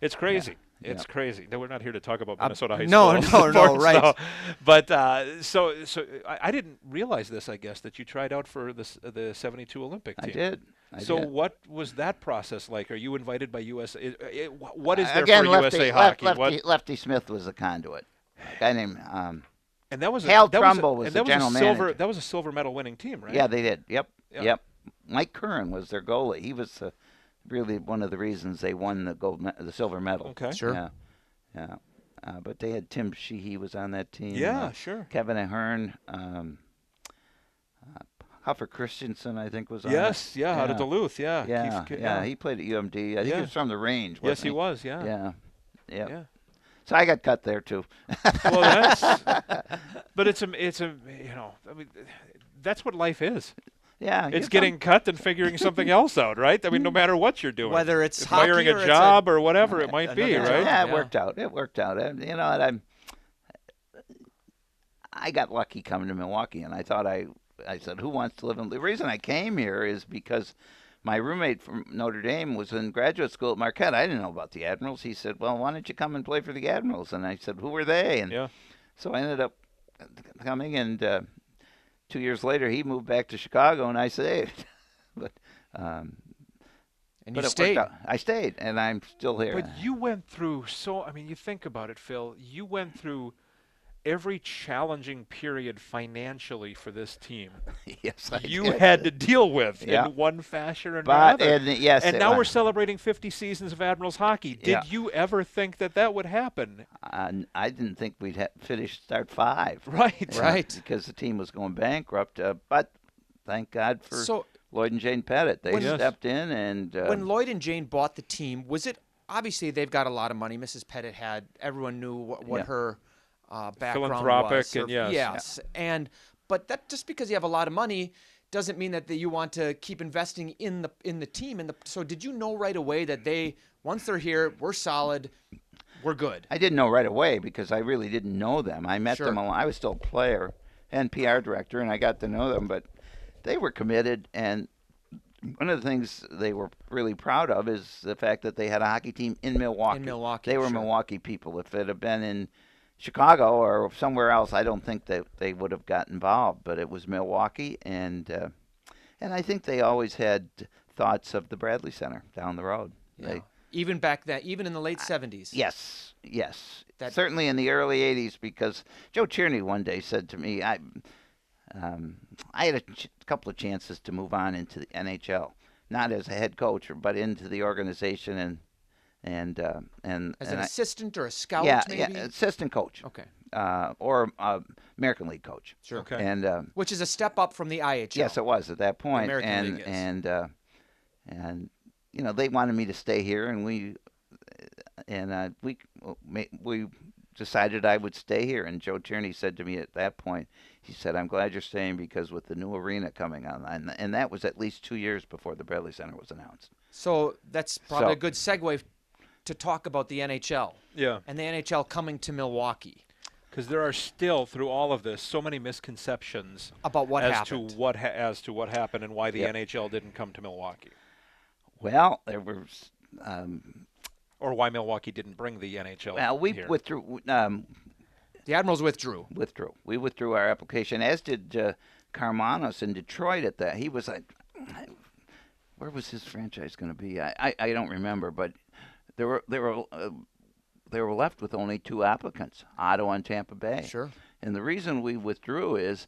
S1: it's crazy. It's crazy. No, we're not here to talk about
S2: Uh,
S1: Minnesota high
S2: no,
S1: school.
S2: no, no, right.
S1: But uh, so, so I, I didn't realize this. I guess that you tried out for the s- the '72 Olympic
S4: I
S1: team.
S4: did. I
S1: So
S4: did.
S1: what was that process like? Are you invited by USA? i- i- wh- what is there
S4: Again,
S1: for
S4: Lefty,
S1: USA
S4: Lef-
S1: Hockey?
S4: Lefty,
S1: What-
S4: Lefty Smith was a conduit. A guy named um,
S1: and that was a,
S4: Hal
S1: that
S4: Trumbull
S1: was, a,
S4: was
S1: and
S4: the
S1: that was
S4: general
S1: a silver
S4: manager.
S1: that was a silver medal winning team, right?
S4: Yeah, they did. Yep.
S1: Yeah.
S4: Yep. Mike Curran was their goalie. He was uh, really one of the reasons they won the gold, me- the silver medal.
S1: Okay.
S2: Sure.
S4: Yeah. Yeah. Uh, but they had Tim Sheehy was on that team.
S5: Yeah,
S4: uh,
S5: sure.
S4: Kevin Ahern, um, uh, Huffer Christensen, I think was on. it.
S1: Yes, yeah, out of Duluth, yeah. Keith
S4: yeah,
S1: Ki-
S4: yeah.
S1: yeah.
S4: He played at UMD. I think
S1: Yeah.
S4: he was from the range.
S1: Yes,
S4: wasn't
S1: he was, yeah.
S4: Yeah, yeah.
S1: Yeah.
S4: So I got cut there too.
S1: well, that's. But it's a, it's a, you know, I mean, that's what life is.
S4: yeah, you Hmm.
S1: It's
S4: come-
S1: getting cut and figuring something else out, right? I mean, no matter what you're doing,
S2: Whether it's
S1: hiring
S2: hockey or
S1: a
S2: it's a-
S1: job or whatever it might be,
S2: another
S1: right?
S2: job.
S4: Yeah, it
S2: Yeah.
S4: worked out. It worked out. And, you know, and I'm, I got lucky coming to Milwaukee, and I thought I, I said, who wants to live in? The reason I came here is because my roommate from Notre Dame was in graduate school at Marquette. I didn't know about the Admirals. He said, well, why don't you come and play for the Admirals? And I said, who are they? And
S1: Yeah.
S4: so I ended up coming, and uh, two years later, he moved back to Chicago, and I stayed. but um,
S2: And
S4: but
S2: you
S4: it
S2: stayed.
S4: Worked out. I stayed, and I'm still here.
S1: But you went through so. I mean, you think about it, Phil. You went through every challenging period financially for this team.
S4: yes, I
S1: You
S4: did.
S1: had to deal with
S4: Yeah.
S1: in one fashion or
S4: But
S1: another.
S4: and yes,
S1: and
S4: it
S1: now
S4: was.
S1: we're celebrating 50 seasons of Admirals hockey. Did
S4: Yeah.
S1: you ever think that that would happen?
S4: I, I didn't think we'd ha- finish start five.
S1: Right.
S4: Yeah,
S2: Right.
S4: Because the team was going bankrupt. Uh, but thank God for
S2: So
S4: Lloyd and Jane Pettit. They
S2: When-
S1: Yes.
S4: stepped in and. Uh,
S2: when Lloyd and Jane bought the team, was it obviously they've got a lot of money? Mrs. Pettit had everyone knew what, what
S4: Yeah.
S2: her uh, background
S1: Philanthropic
S2: was.
S1: and yes. Yeah.
S2: yes, and but that just because you have a lot of money doesn't mean that, that you want to keep investing in the in the team. And the, so, did you know right away that they once they're here, we're solid, we're good.
S4: I didn't know right away because I really didn't know them. I met
S2: Sure.
S4: them. al- I was still a player and PR director, and I got to know them. But they were committed, and one of the things they were really proud of is the fact that they had a hockey team in Milwaukee.
S2: Milwaukee,
S4: they were
S2: sure.
S4: Milwaukee people. If it had been in Chicago or somewhere else, I don't think that they would have got involved. But it was Milwaukee, and uh, and I think they always had thoughts of the Bradley Center down the road. They,
S2: Even back then, even in the late seventies.
S4: Yes, yes.
S2: That-
S4: Certainly in the early '80s, because Joe Tierney one day said to me, "I, um, I had a ch- couple of chances to move on into the NHL, not as a head coach, but into the organization and and uh, and
S2: as
S4: and
S2: an
S4: I-
S2: assistant or a scout,
S4: yeah,
S2: maybe.
S4: yeah, assistant coach,
S2: Okay,
S4: uh, or uh, American League coach,
S2: sure.
S1: Okay.
S4: and um,
S2: Which is a step up from the IHL.
S4: Yes, it was at that point.
S2: American
S4: and
S2: League is.
S4: and uh, and you know they wanted me to stay here, and we and uh, we we decided I would stay here. And Joe Tierney said to me at that point, he said, "I'm glad you're staying because with the new arena coming online, and that was at least two years before the Bradley Center was announced."
S2: So that's probably
S4: So-
S2: a good segue to talk about the NHL
S1: Yeah.
S2: and the NHL coming to Milwaukee
S1: Because there are still, through all of this, so many misconceptions
S2: about what
S1: as
S2: happened.
S1: to what ha- as to what happened and why the
S4: Yep.
S1: NHL didn't come to Milwaukee
S4: Well, there were. Um,
S1: or why Milwaukee didn't bring the NHL.
S4: well, we
S1: here.
S4: withdrew. Um,
S2: the Admirals withdrew.
S4: withdrew. We withdrew our application, as did uh, Carmanos in Detroit. At that, he was like, "Where was his franchise going to be?" I, I, I don't remember, but there were there were uh, they were left with only two applicants, Ottawa and Tampa Bay.
S2: Sure.
S4: And the reason we withdrew is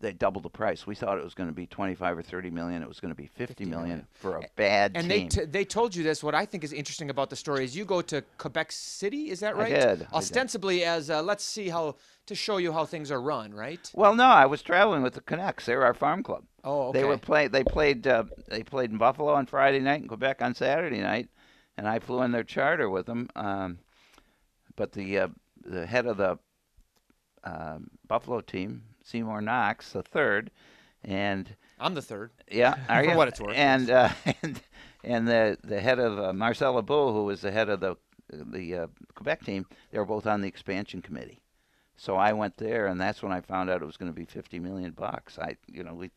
S4: they doubled the price. We thought it was going to be twenty-five or thirty million. It was going to be fifty million for a bad
S2: And they,
S4: team.
S2: t- they told you this. What I think is interesting about the story is you go to Quebec City, is that right?
S4: did, I did.
S2: Ostensibly as uh, let's see how to show you how things are run, right?
S4: Well, no, I was traveling with the Canucks. They were our farm club.
S2: Oh,
S4: They were
S2: okay.
S4: play. They played. Uh, they played in Buffalo on Friday night and Quebec on Saturday night, and I flew in their charter with them. Um, but the uh, the head of the um Buffalo team, Seymour Knox, the third, and
S2: I'm the third.
S4: yeah, are
S2: For
S4: you?
S2: what it's worth,
S4: And uh, and and the the head of uh, Marcel Lebeau, who was the head of the the uh, Quebec team, they were both on the expansion committee. So I went there, and that's when I found out it was going to be fifty million bucks. I, you know, we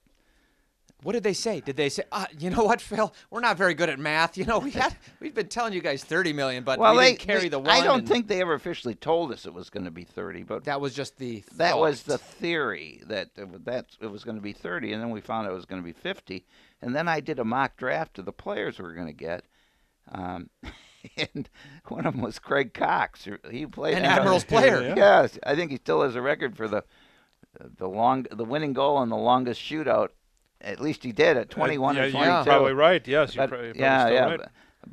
S2: What did they say? Did they say, uh, you know what, Phil? We're not very good at math. You know, we had, we've been telling you guys 30 million, but
S4: well
S2: we
S4: they
S2: didn't carry
S4: we-
S2: the one.
S4: I don't
S2: and
S4: think they ever officially told us it was going to be thirty, but
S2: that was just the.
S4: that was
S2: thought.
S4: the theory that it w- that it was going to be 30 and then we found out it was going to be 50 and then i did a mock draft of the players we were going to get um, and one of them was craig cox who- he played
S2: An
S4: in the-
S2: Admirals player. Yeah.
S4: yes i think he still has a record for the the long the winning goal and the longest shootout at least he did at 21
S1: Uh, yeah,
S4: or 22
S1: You're probably right. Yes, you're
S4: but,
S1: prob- you're probably
S4: yeah
S1: still
S4: yeah
S1: right.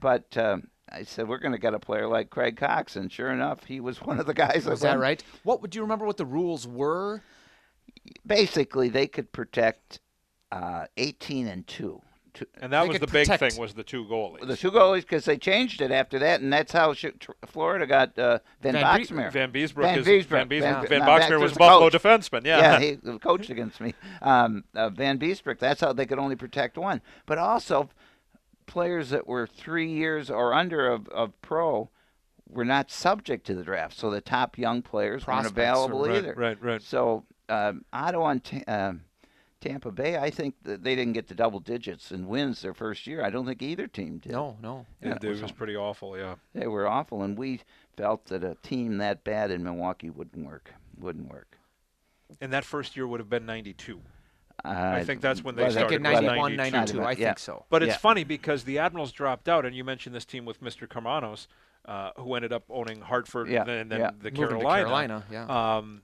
S4: but, but um, I said we're going to get a player like Craig Cox, and sure enough, he was one of the guys.
S2: Was
S4: I
S2: that
S4: went-
S2: right? What would you remember what the rules were?
S4: Basically, they could protect uh, 18 and two. two
S5: And that
S2: They
S5: was
S2: could
S5: the big
S2: protect.
S5: thing was the two goalies.
S4: the two goalies because they changed it after that, and that's how Chi- tr- Florida got uh, Van,
S2: Van Brie-
S4: Boxmeer.
S5: Van Beesbrook
S4: Van
S5: is
S4: Beesbroek.
S5: Van, Bees-
S4: Van-
S5: Van
S4: Van
S5: Boxmeer was
S4: Boxmeer was
S5: a
S4: the
S5: Buffalo
S4: coach.
S5: defenseman.
S4: yeah,
S5: Yeah.
S4: he coached against me. Um, uh, Van Beesbrook. That's how they could only protect one. But also, players that were three years or under of, of pro were not subject to the draft, so the top young players
S2: Prospects
S4: weren't available
S1: right,
S4: either.
S1: right, right.
S4: So um, Ottawa and Ta- um Tampa Bay, I think that they didn't get to double digits in wins their first year. I don't think either team did.
S2: No, no.
S4: Yeah,
S1: it, it was pretty awful. Yeah.
S4: They were awful, and we felt that a team that bad in Milwaukee wouldn't work. Wouldn't work.
S1: And that first year would have been 92.
S4: Uh,
S1: I think that's when they
S4: well,
S2: I think
S1: started
S2: in
S1: with
S2: 91,
S1: 92.
S2: 92, I
S4: Yeah.
S2: think so.
S1: But it's
S4: Yeah.
S1: funny because the Admirals dropped out, and you mentioned this team with Mr. Carmanos, uh, who ended up owning Hartford
S4: Yeah,
S1: and then, then
S4: yeah.
S1: the
S2: Moving to
S1: Carolina.
S2: Carolina, yeah.
S1: Um,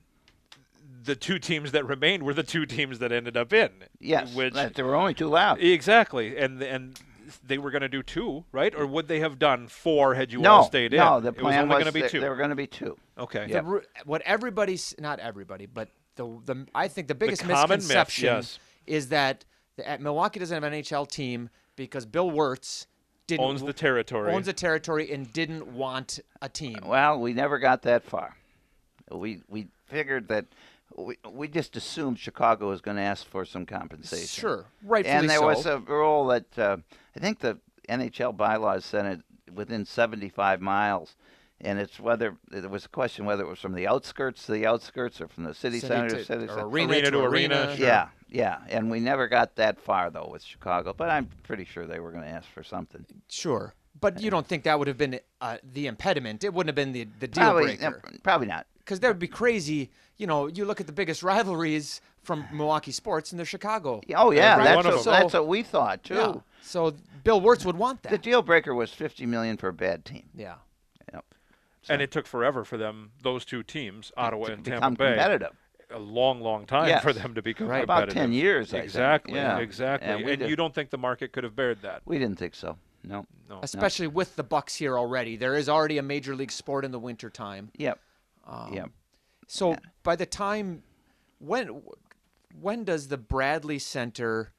S1: the two teams that remained were the two teams that ended up in.
S4: Yes,
S1: Which,
S4: that- there were only two left.
S1: exactly. And, and they were going to do two, right? Or would they have done four had you
S4: no,
S1: all stayed
S4: no,
S1: in?
S4: the
S1: it was
S4: plan
S1: only going to
S4: was
S1: be
S4: that
S1: two.
S4: There were going to be two.
S1: okay.
S4: Yeah.
S2: The ru- what everybody's not everybody, but the the I think the biggest
S1: common myth,
S2: misconception
S1: yes.
S2: is that the, at Milwaukee doesn't have an NHL team because Bill Wirtz didn't
S5: Owns the territory.
S2: owns the territory and didn't want a team.
S1: Oh.
S4: Well, we never got that far. We we figured that we, we just assumed Chicago was going to ask for some compensation.
S2: Sure, rightfully
S4: and there
S2: so.
S4: was a rule that uh, I think the NHL bylaws said it within 75 miles, and it's whether there was a question whether it was from the outskirts to the outskirts or from the city,
S2: City
S4: center
S2: to-
S4: to city
S2: or
S4: center.
S2: arena,
S5: Arena
S2: to
S5: to
S2: arena.
S5: arena, sure.
S4: Yeah, yeah, and we never got that far though with Chicago, but I'm pretty sure they were going to ask for something.
S2: Sure. But you don't think that would have been uh, the impediment? It wouldn't have been the, the deal
S4: probably,
S2: breaker.
S4: uh, probably not.
S2: Because that would be crazy. You know, you look at the biggest rivalries from Milwaukee sports and they're Chicago.
S4: Yeah, Oh yeah,
S5: Every
S4: that's
S5: one of
S4: what,
S2: them.
S4: that's what we thought too.
S2: Yeah. So Bill Wirtz would want
S4: The
S2: that.
S4: deal breaker was 50 million for a bad team.
S2: Yeah.
S4: Yep.
S1: And it took forever for them, those two teams, Ottawa and Tampa
S4: Become
S1: Bay,
S4: competitive.
S1: a long, long time
S4: Yes.
S1: for them to become
S2: Right.
S4: About
S1: competitive.
S4: 10 years, I think.
S1: Exactly.
S4: Yeah.
S1: Exactly.
S4: And
S1: And,
S4: we did-
S1: you don't think the market could have bared that?
S4: We didn't think so. Oh, No.
S1: No.
S2: Especially with the Bucks here already. There is already a major league sport in the wintertime.
S4: Yep.
S2: Um,
S4: yep.
S2: So by the time when when does the Bradley Center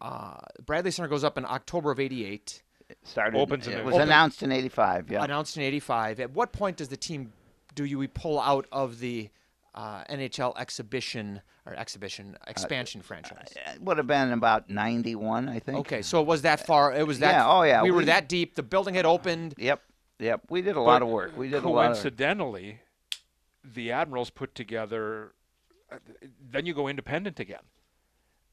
S2: uh, Bradley Center goes up in October of 88.
S4: Started.
S1: Opens in
S4: it
S1: a-
S4: was
S1: Open-
S4: announced in 85. Yeah.
S2: announced in '85. At what point does the team do you we pull out of the uh, NHL exhibition or exhibition
S4: Uh,
S2: expansion franchise?
S4: It would have been about 91, uh, I think.
S2: Okay, so it was that far. It was that.
S4: Yeah, oh, yeah,
S2: We, were
S4: we-
S2: that deep. The building had opened.
S4: Yep. Yep. We did a lot of work. We did a lot of
S1: Coincidentally, the Admirals put together. uh, Then you go independent again,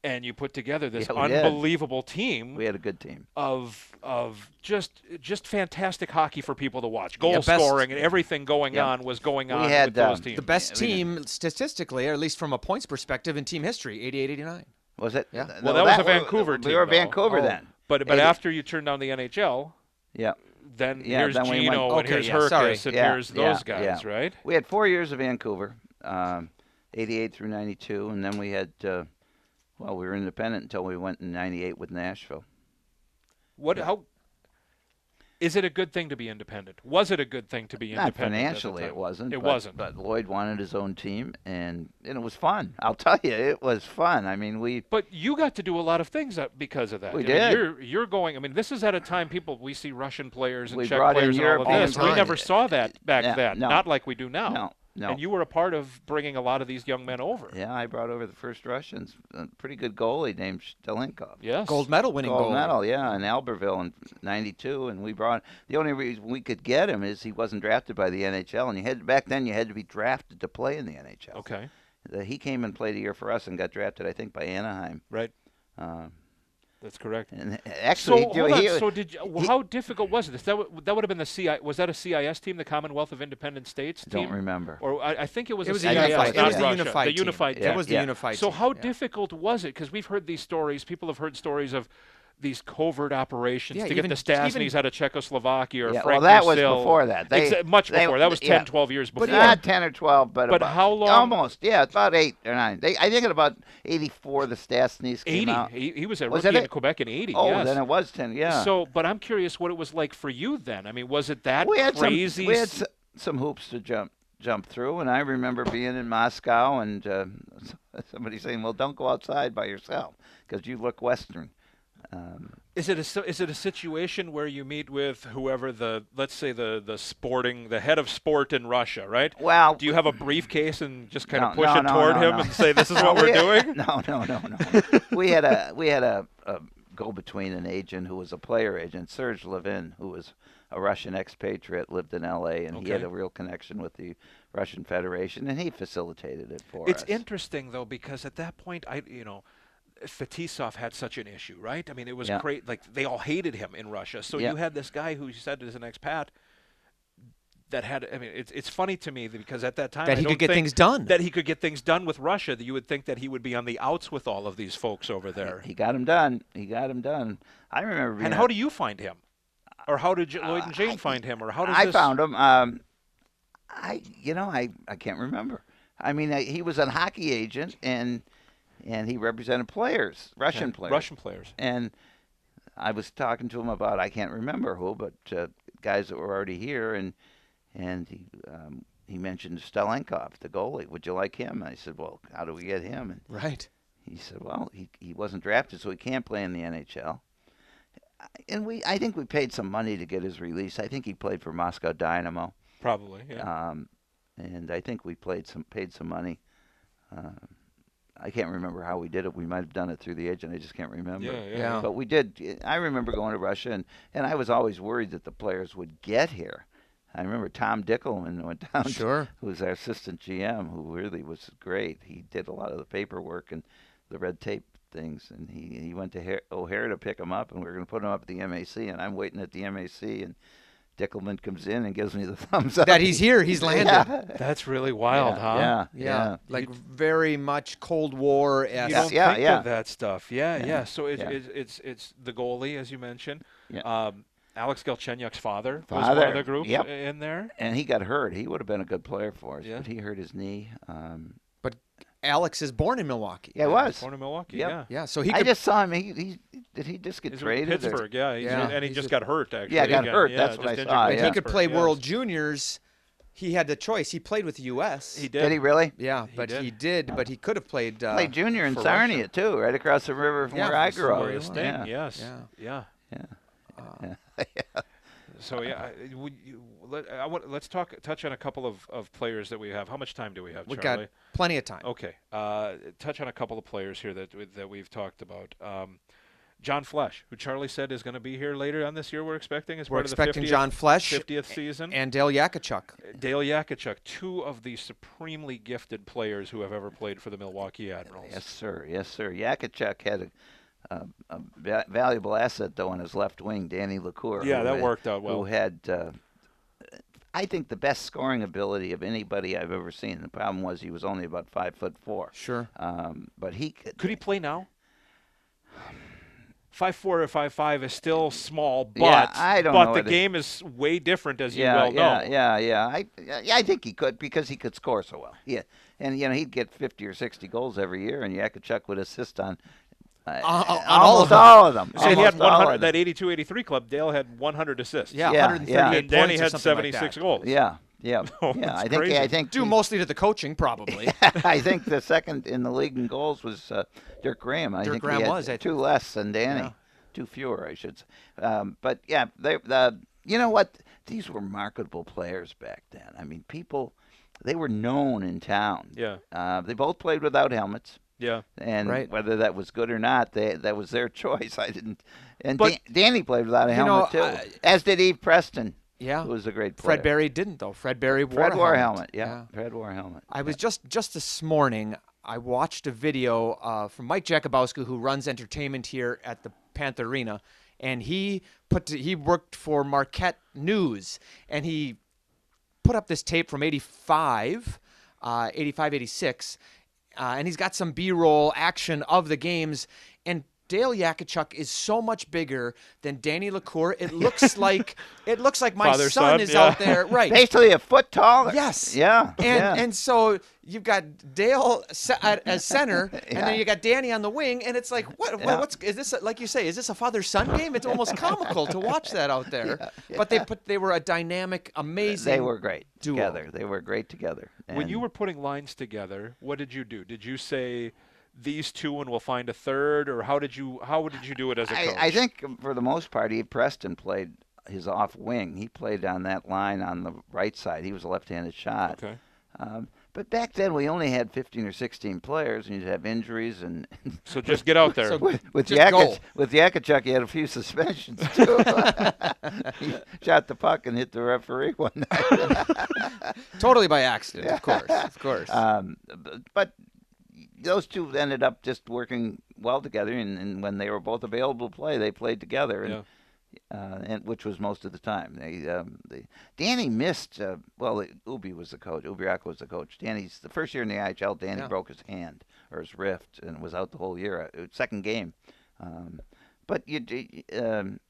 S1: and you put together this
S4: Yeah, we did.
S1: unbelievable team
S4: We had a good team.
S1: of of just just fantastic hockey for people to watch. Goal
S2: best-
S1: scoring and everything going
S4: Yeah.
S1: on was going
S4: We
S1: on
S4: had,
S1: with those
S4: um,
S1: teams.
S2: The best
S4: we did.
S2: team statistically, or at least from a points perspective in team history, 88 89.
S4: Was it?
S2: Yeah.
S1: Well, that was a
S4: we-
S1: Vancouver
S4: We
S1: team,
S4: were
S1: though.
S4: Vancouver
S2: Oh.
S4: then.
S1: but but
S4: Eighty-
S1: after you turned down the NHL,
S4: Yeah.
S1: then
S4: Yeah,
S1: here's
S4: then we went-
S1: Gino and
S2: Okay,
S1: here's
S2: yeah, sorry.
S1: Herkus and
S4: yeah,
S1: here's
S4: yeah,
S1: those guys,
S4: yeah.
S1: right?
S4: We had four years of Vancouver, um, 88 through 92, and then we had, uh, well, we were independent until we went in 98 with Nashville.
S1: What? How? Is it a good thing to be independent? Was it a good thing to be
S4: Not
S1: independent? at the
S4: financially,
S1: time?
S4: it wasn't.
S1: It
S4: but,
S1: wasn't.
S4: But Lloyd wanted his own team, and, and it was fun. I'll tell you, it was fun. I mean, we
S1: But you got to do a lot of things that, because of that.
S4: We
S1: I mean,
S4: did.
S1: you're you're going. I mean, this is at a time people we see Russian players and
S4: We
S1: Czech
S4: brought in
S1: players and all
S4: Europe
S1: of
S4: all the
S1: this. We
S2: time.
S1: never saw that back
S4: Yeah,
S1: then.
S4: no.
S1: Not like we do now.
S4: No, no.
S1: And you were a part of bringing a lot of these young men over.
S4: Yeah, I brought over the first Russians, a pretty good goalie named Stelinkov.
S1: Yes.
S2: Gold medal winning
S4: Gold
S2: goal.
S4: medal, yeah, in Albertville in '92, and we brought. The only reason we could get him is he wasn't drafted by the NHL, and you had back then you had to be drafted to play in the NHL.
S1: Okay.
S4: The- he came and played a year for us and got drafted, I think, by Anaheim.
S1: Right.
S4: Uh,
S1: That's correct.
S4: and
S1: So
S4: actually,
S1: hold
S4: he,
S1: on. So did you,
S4: he-
S1: how difficult was this? That w- that would have been the CI. Was that a CIS team, the Commonwealth of Independent States
S4: I don't
S1: team?
S4: remember.
S1: Or I, I think it was
S2: It
S1: a
S2: was a
S1: CIS,
S2: unified. It
S1: not
S2: was the
S1: Russia,
S2: unified.
S1: the
S2: team.
S1: unified
S2: It was the
S4: yeah.
S2: unified.
S1: So
S2: team,
S1: how
S2: yeah.
S1: difficult was it? Because we've heard these stories. People have heard stories of these covert operations
S2: Yeah,
S1: to
S2: even-
S1: get the Stasnys
S2: even-
S1: out of Czechoslovakia or
S4: Yeah, well,
S1: Frank
S4: that was
S1: Brazil.
S4: before that. They-
S1: Exa- much
S4: they-
S1: before. That was 10,
S4: yeah.
S1: 12 years before.
S4: not ten or twelve, but
S1: But
S4: about-
S1: how long-
S4: Almost, yeah, it's about eight or nine. They, I think at about eighty-four, the Stastny's came
S1: 80.
S4: out.
S1: He, he was a
S4: Was
S1: rookie
S4: that
S1: in
S4: it?
S1: Quebec in 80.
S4: Oh,
S1: yes.
S4: then it was ten. Yeah.
S1: So, but I'm curious what it was like for you then. I mean, was it that
S4: we had
S1: crazy?
S4: some we had
S1: s-
S4: s- some hoops to jump jump through, and I remember being in Moscow and uh, somebody saying, "Well, don't go outside by yourself because you look Western." Um,
S1: is it a si- is it a situation where you meet with whoever the let's say the the sporting the head of sport in Russia, right?
S4: well,
S1: Do you have a briefcase and just kind
S4: No,
S1: of push
S4: no,
S1: it
S4: no,
S1: toward
S4: no,
S1: him
S4: no.
S1: and say this is
S4: No,
S1: what we're
S4: we had-
S1: doing?
S4: No, no, no, no. we had a we had a, a go-between an agent who was a player agent, Serge Levin, who was a Russian expatriate, lived in L.A., and he had
S1: Okay.
S4: a real connection with the Russian Federation, and he facilitated it for
S1: It's
S4: us.
S1: interesting though because at that point I you know Fetisov had such an issue, right? I mean, it was
S4: Yeah.
S1: great. Like they all hated him in Russia. So
S4: Yeah.
S1: you had this guy who you said is an expat that had. I mean, it's it's funny to me that- because at that time
S2: That
S1: I
S2: he could
S1: don't
S2: get
S1: think
S2: things done.
S1: That he could get things done with Russia. That you would think that he would be on the outs with all of these folks over there.
S4: He got him done. He got him done. I remember. Being
S1: and
S4: a-
S1: how do you find him? Or how did J- Lloyd and Jane
S4: Uh, I-
S1: find him? Or how does
S4: I
S1: this?
S4: found him. Um, I you know I, I can't remember. I mean I, he was a hockey agent and and he represented players, Russian players.
S1: Russian players.
S4: And I was talking to him about I can't remember who, but uh, guys that were already here, and and he um, he mentioned Stelenkov, the goalie. Would you like him? I said, well, how do we get him? And
S2: Right.
S4: he said, well, he he wasn't drafted, so he can't play in the NHL. And we I think we paid some money to get his release. I think he played for Moscow Dynamo.
S1: Probably. Yeah.
S4: Um, and I think we played some paid some money. Um, I can't remember how we did it. We might have done it through the agent. I just can't remember.
S1: Yeah, yeah,
S2: yeah.
S4: But we did. I remember going to Russia, and, and I was always worried that the players would get here. I remember Tom Dickelman went down, to-
S2: Sure.
S4: who was our assistant GM, who really was great. He did a lot of the paperwork and the red tape things, and he, he went to Har- O'Hare to pick him up, and we were going to put him up at the MAC, and I'm waiting at the MAC, and Dickelman comes in and gives me the thumbs up
S2: That he's here. He's landed.
S4: Yeah.
S1: That's really wild, huh?
S4: Yeah,
S2: Yeah,
S4: yeah.
S2: like very much Cold War esque.
S1: you don't
S4: yeah,
S1: think
S4: yeah.
S1: of that stuff. Yeah, yeah. So it's,
S4: yeah.
S1: it's it's it's the goalie, as you mentioned.
S4: Yeah.
S1: Um, Alex Galchenyuk's father, was one
S4: Father,
S1: of the groups
S4: yep.
S1: in there.
S4: And he got hurt. He would have been a good player for us,
S1: Yeah.
S4: but he hurt his knee. Um,
S2: Alex is born in Milwaukee.
S4: yeah, it was.
S1: Born in Milwaukee.
S4: Yep.
S1: Yeah.
S2: Yeah, so he
S4: I
S2: could.
S4: just saw him. He, he did he just get
S1: He's in
S4: traded? or-
S1: Pittsburgh. Yeah. he's-
S2: Yeah.
S1: And he
S2: He's
S1: just
S2: a-
S1: got hurt actually.
S4: got
S1: again.
S4: hurt,
S1: Yeah,
S4: that's
S1: just
S4: what I
S1: injured
S4: saw,
S1: by
S2: like,
S4: yeah.
S2: He could
S1: Pittsburgh,
S2: play
S1: yes.
S2: World Juniors. He had the choice. He played with the U.S.
S1: He did.
S4: Did he really?
S2: Yeah,
S1: He
S2: but
S1: did.
S2: he did. But he could have played. Uh,
S4: Played junior in
S1: for
S4: Sarnia too, right across the river from
S2: Yeah,
S4: where I
S2: from
S4: grew up.
S1: Glorious thing.
S4: Yeah.
S1: Yes. Yeah.
S2: Yeah.
S1: So yeah, I, would you, let, I want, let's talk touch on a couple of, of players that we have. How much time do we have,
S2: we
S1: Charlie?
S2: got plenty of time.
S1: Okay. Uh, touch on a couple of players here that we- that we've talked about. Um, John Flesh, who Charlie said is going to be here later on this year, we're expecting as
S2: We're
S1: part
S2: expecting
S1: of the 50th,
S2: John Flesh
S1: 50th season.
S2: and Dale Yakachuk.
S1: Dale Yakachuk, two of the supremely gifted players who have ever played for the Milwaukee Admirals.
S4: Yes, sir. Yes, sir. Yakachuk had a, a, a va- valuable asset though on his left wing, Danny Lacour.
S1: Yeah,
S4: who
S1: that
S4: had-
S1: worked out well.
S4: Who had, uh, I think, the best scoring ability of anybody I've ever seen. The problem was he was only about five foot four.
S2: Sure.
S4: Um, but he could.
S1: Could he play now? Five four or five five is still small, but
S4: Yeah, I don't
S1: but
S4: know
S1: the
S4: what it-
S1: game is way different as you
S4: yeah,
S1: well
S4: yeah,
S1: know.
S4: yeah, yeah. I, yeah, I think he could because he could score so well. Yeah, and you know he'd get fifty or sixty goals every year, and Yakachuk would assist on uh,
S2: on all of
S4: almost
S2: them.
S4: all of them.
S1: So he had
S4: almost all
S1: 100
S4: of them.
S1: that 82-83 club. Dale had 100 assists.
S2: Yeah,
S4: Yeah,
S2: 138
S4: yeah.
S1: and Danny
S2: points or
S1: had
S2: something like
S1: 76
S2: that.
S1: goals.
S4: Yeah, yeah, yeah.
S1: it's
S4: I think
S1: Oh, crazy.
S4: I think
S2: Due
S4: he-
S2: mostly to the coaching, probably.
S4: I think the second in the league in goals was uh, Dirk Graham. I
S2: Dirk
S4: think
S2: Graham
S4: he had
S2: was, I-
S4: two less than Danny,
S2: Yeah.
S4: two fewer, I should say. Um, but yeah, they, the you know what? These were marketable players back then. I mean, people they were known in town.
S1: Yeah.
S4: Uh, they both played without helmets,
S1: Yeah.
S4: and
S2: Right.
S4: whether that was good or not, they, that was their choice. I didn't. And
S2: But-
S4: Dan- Danny played without a
S2: You know,
S4: helmet too,
S2: I-
S4: as did Eve Preston,
S2: yeah.
S4: who was a great player.
S2: Fred Barry didn't though. Fred Barry wore
S4: Fred
S2: a
S4: wore a
S2: helmet.
S4: helmet. Yeah. Fred wore a helmet.
S2: I was just just this morning. I watched a video uh, from Mike Jakubowski, who runs entertainment here at the Panther Arena, and he put to, he worked for Marquette News, and he put up this tape from 85, uh, 85, 86, uh, and he's got some B roll action of the games. And Dale Yakachuk is so much bigger than Danny LaCour. It looks like it looks like my
S5: Father,
S2: son,
S5: son,
S2: is
S5: yeah.
S2: out there, right?
S4: Basically a foot taller.
S2: Yes.
S4: Yeah.
S2: And
S4: yeah.
S2: and so you've got Dale se- at- as center, and
S4: Yeah.
S2: then you got Danny on the wing, and it's like, what? what
S4: Yeah.
S2: What's is this? Like you say, is this a father son game? It's almost comical to watch that out there.
S4: Yeah,
S2: But they
S4: yeah.
S2: put they were a dynamic, amazing.
S4: they were great
S2: duo.
S4: together. They were great together.
S1: when you
S4: And
S1: were putting lines together, what did you do? Did you say these two and we'll find a third, or how did you how did you do it as a coach?
S4: I, I think for the most part, he Preston played his off wing. He played on that line on the right side. He was a left-handed shot.
S1: okay.
S4: Um, but back then, we only had 15 or 16 players, and you'd have injuries. And
S1: So just get out there.
S2: So-
S4: with with
S2: Just go.
S4: Yakich, with Yakachuk, he had a few suspensions too. he shot the puck and hit the referee one night.
S2: totally by accident, of course, of course.
S4: Um, b- but those two ended up just working well together, and, and when they were both available to play, they played together, and, uh, and which was most of the time. They, um, they, Danny missed. Uh, well, it- Ubi was the coach. Ubiako was the coach. Danny's the first year in the IHL. Danny
S2: Yeah.
S4: broke his hand or his rift and was out the whole year. Uh, Second game, um, but you d- um,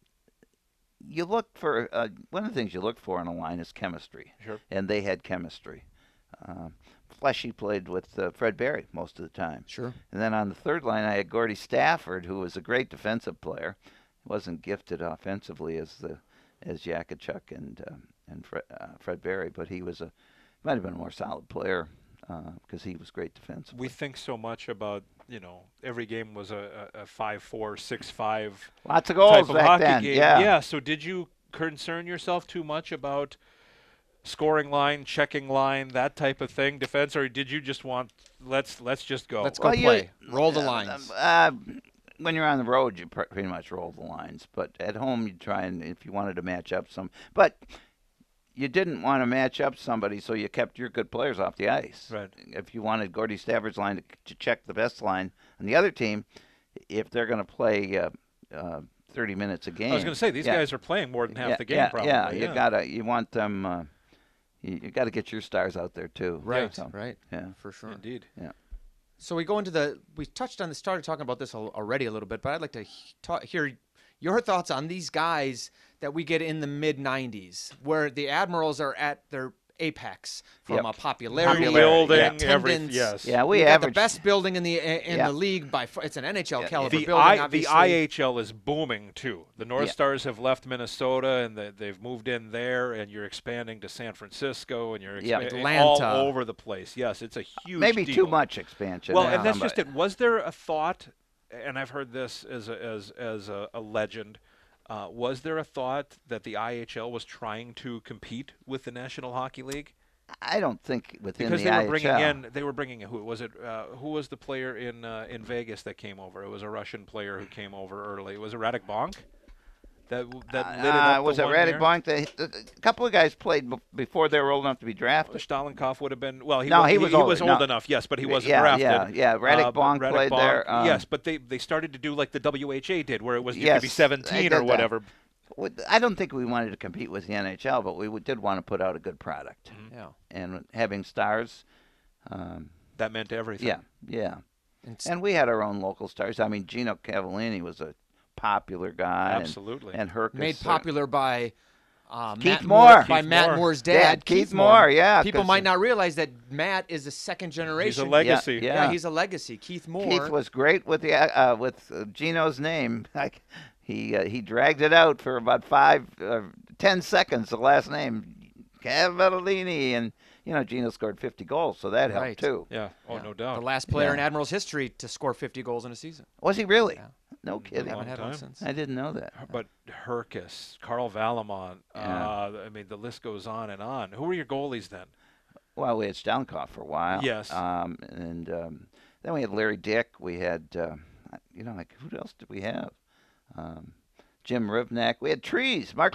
S4: you look for uh, one of the things you look for in a line is chemistry,
S1: Sure.
S4: and they had chemistry. Um, Fleshy played with uh, Fred Berry most of the time.
S2: sure.
S4: And then on the third line, I had Gordy Stafford, who was a great defensive player. wasn't gifted offensively as the as Yakachuk and um, and Fred, uh, Fred Berry, but he was a might have been a more solid player because he was great defensively.
S1: We think so much about you know every game was a, a, a five four six five
S4: Lots of
S1: type
S4: goals
S1: of
S4: back
S1: hockey
S4: then.
S1: game.
S4: Yeah.
S1: So did you concern yourself too much about scoring line, checking line, that type of thing, defense, or did you just want let's let's just go?
S2: Let's go
S4: Well, you-
S2: play. Roll the
S4: Uh,
S2: lines.
S4: Uh, uh, when you're on the road, you pr- pretty much roll the lines. But at home, you try and if you wanted to match up some, but you didn't want to match up somebody, so you kept your good players off the ice.
S1: Right.
S4: If you wanted Gordy Stafford's line to, to check the best line on the other team, if they're going to play uh, uh, 30 minutes a game,
S1: I was going to say these
S4: yeah.
S1: guys are playing more than half
S4: yeah,
S1: the game.
S4: yeah,
S1: probably.
S4: Yeah, you gotta, you want them. Uh, you, you got to get your stars out there too.
S2: Right.
S4: So,
S2: Right.
S4: Yeah.
S2: For sure.
S1: Indeed.
S2: So we go into the we touched on this started talking about this al- already a little bit, but I'd like to he- ta- hear your thoughts on these guys that we get in the mid 90s where the admirals are at their apex from
S4: Yep.
S2: a popularity,
S4: Popularity,
S1: Building
S2: attendance.
S1: everything. Yes.
S4: Yeah, we
S2: We have the
S4: average.
S2: best building in the in
S4: Yeah.
S2: the league by far. It's an NHL
S4: Yeah,
S2: caliber
S1: the,
S2: building.
S1: I, the
S2: obviously.
S1: IHL is booming too. The North
S4: Yeah.
S1: Stars have left Minnesota and the, they've moved in there, and you're expanding to San Francisco and you're
S4: Yeah.
S1: expanding all
S2: Atlanta.
S1: over the place. Yes, it's a huge
S4: Maybe
S1: deal.
S4: too much expansion.
S1: Well,
S4: on
S1: and that's
S4: somebody.
S1: just it. Was there a thought? And I've heard this as a, as as a, a legend. Uh, was there a thought that the IHL was trying to compete with the National Hockey League
S4: I don't think within
S1: because
S4: the
S1: they were bringing
S4: IHL.
S1: in they were bringing who was it uh, who was the player in uh, in Vegas that came over? It was a Russian player who came over early. Was it Radic Bonk? That w- that lit it
S4: Uh,
S1: up the
S4: was it
S1: one
S4: Radic
S1: year?
S4: Bonk? They, a couple of guys played b- before they were old enough to be drafted.
S1: Stolenkoff would have been well. He
S4: No,
S1: wa-
S4: he was
S1: he,
S4: older,
S1: was old
S4: no.
S1: enough, yes, but he wasn't
S4: Yeah,
S1: drafted. Uh,
S4: yeah, yeah. Radic
S1: but
S4: Bonk played there, um,
S1: yes, but they they started to do like the WHA did, where it was you could be
S4: Yes, they
S1: 17
S4: did
S1: or
S4: that.
S1: whatever.
S4: Would- I don't think we wanted to compete with the NHL, but we w- did want to put out a good product.
S1: Mm-hmm.
S2: Yeah.
S4: And having stars, um,
S1: That meant everything.
S4: yeah, yeah.
S2: And s-
S4: And we had our own local stars. I mean, Gino Cavallini was a popular guy. and-
S1: Absolutely.
S4: And, Herkus.
S2: made
S4: uh,
S2: popular by uh,
S4: Keith
S2: Matt
S4: Moore.
S2: by
S1: Keith
S2: Matt
S1: Moore.
S2: Moore's dad,
S4: Yeah, Keith Moore, yeah,
S2: people
S4: 'cause
S2: might
S4: he-
S2: not realize that Matt is a second generation.
S1: legacy.
S2: Yeah,
S4: Yeah.
S2: he's a legacy. Keith Moore.
S4: Keith was great with the uh, with uh, Gino's name. Like he uh, he dragged it out for about five, uh, ten seconds. The last name Cavallini, and you know Gino scored fifty goals, so that helped
S2: Right.
S4: too.
S1: Yeah. Oh, no
S2: the
S1: doubt.
S2: last player
S4: Yeah.
S2: in Admiral's history to score 50 goals in a season.
S4: Was he really?
S2: Yeah. Mm-hmm.
S4: No kidding.
S1: Long
S2: Haven't had one
S1: time.
S2: since.
S4: I didn't know that.
S1: But Herkus, Carl Valamont.
S4: Yeah.
S1: Uh, I mean, the list goes on and on. Who were your goalies then?
S4: Well, we had Stolenkoff for a while.
S1: Yes.
S4: Um, and um, then we had Larry Dick. We had, uh, you know, like who else did we have? Um, Jim Rivnak. We had Trees. Mark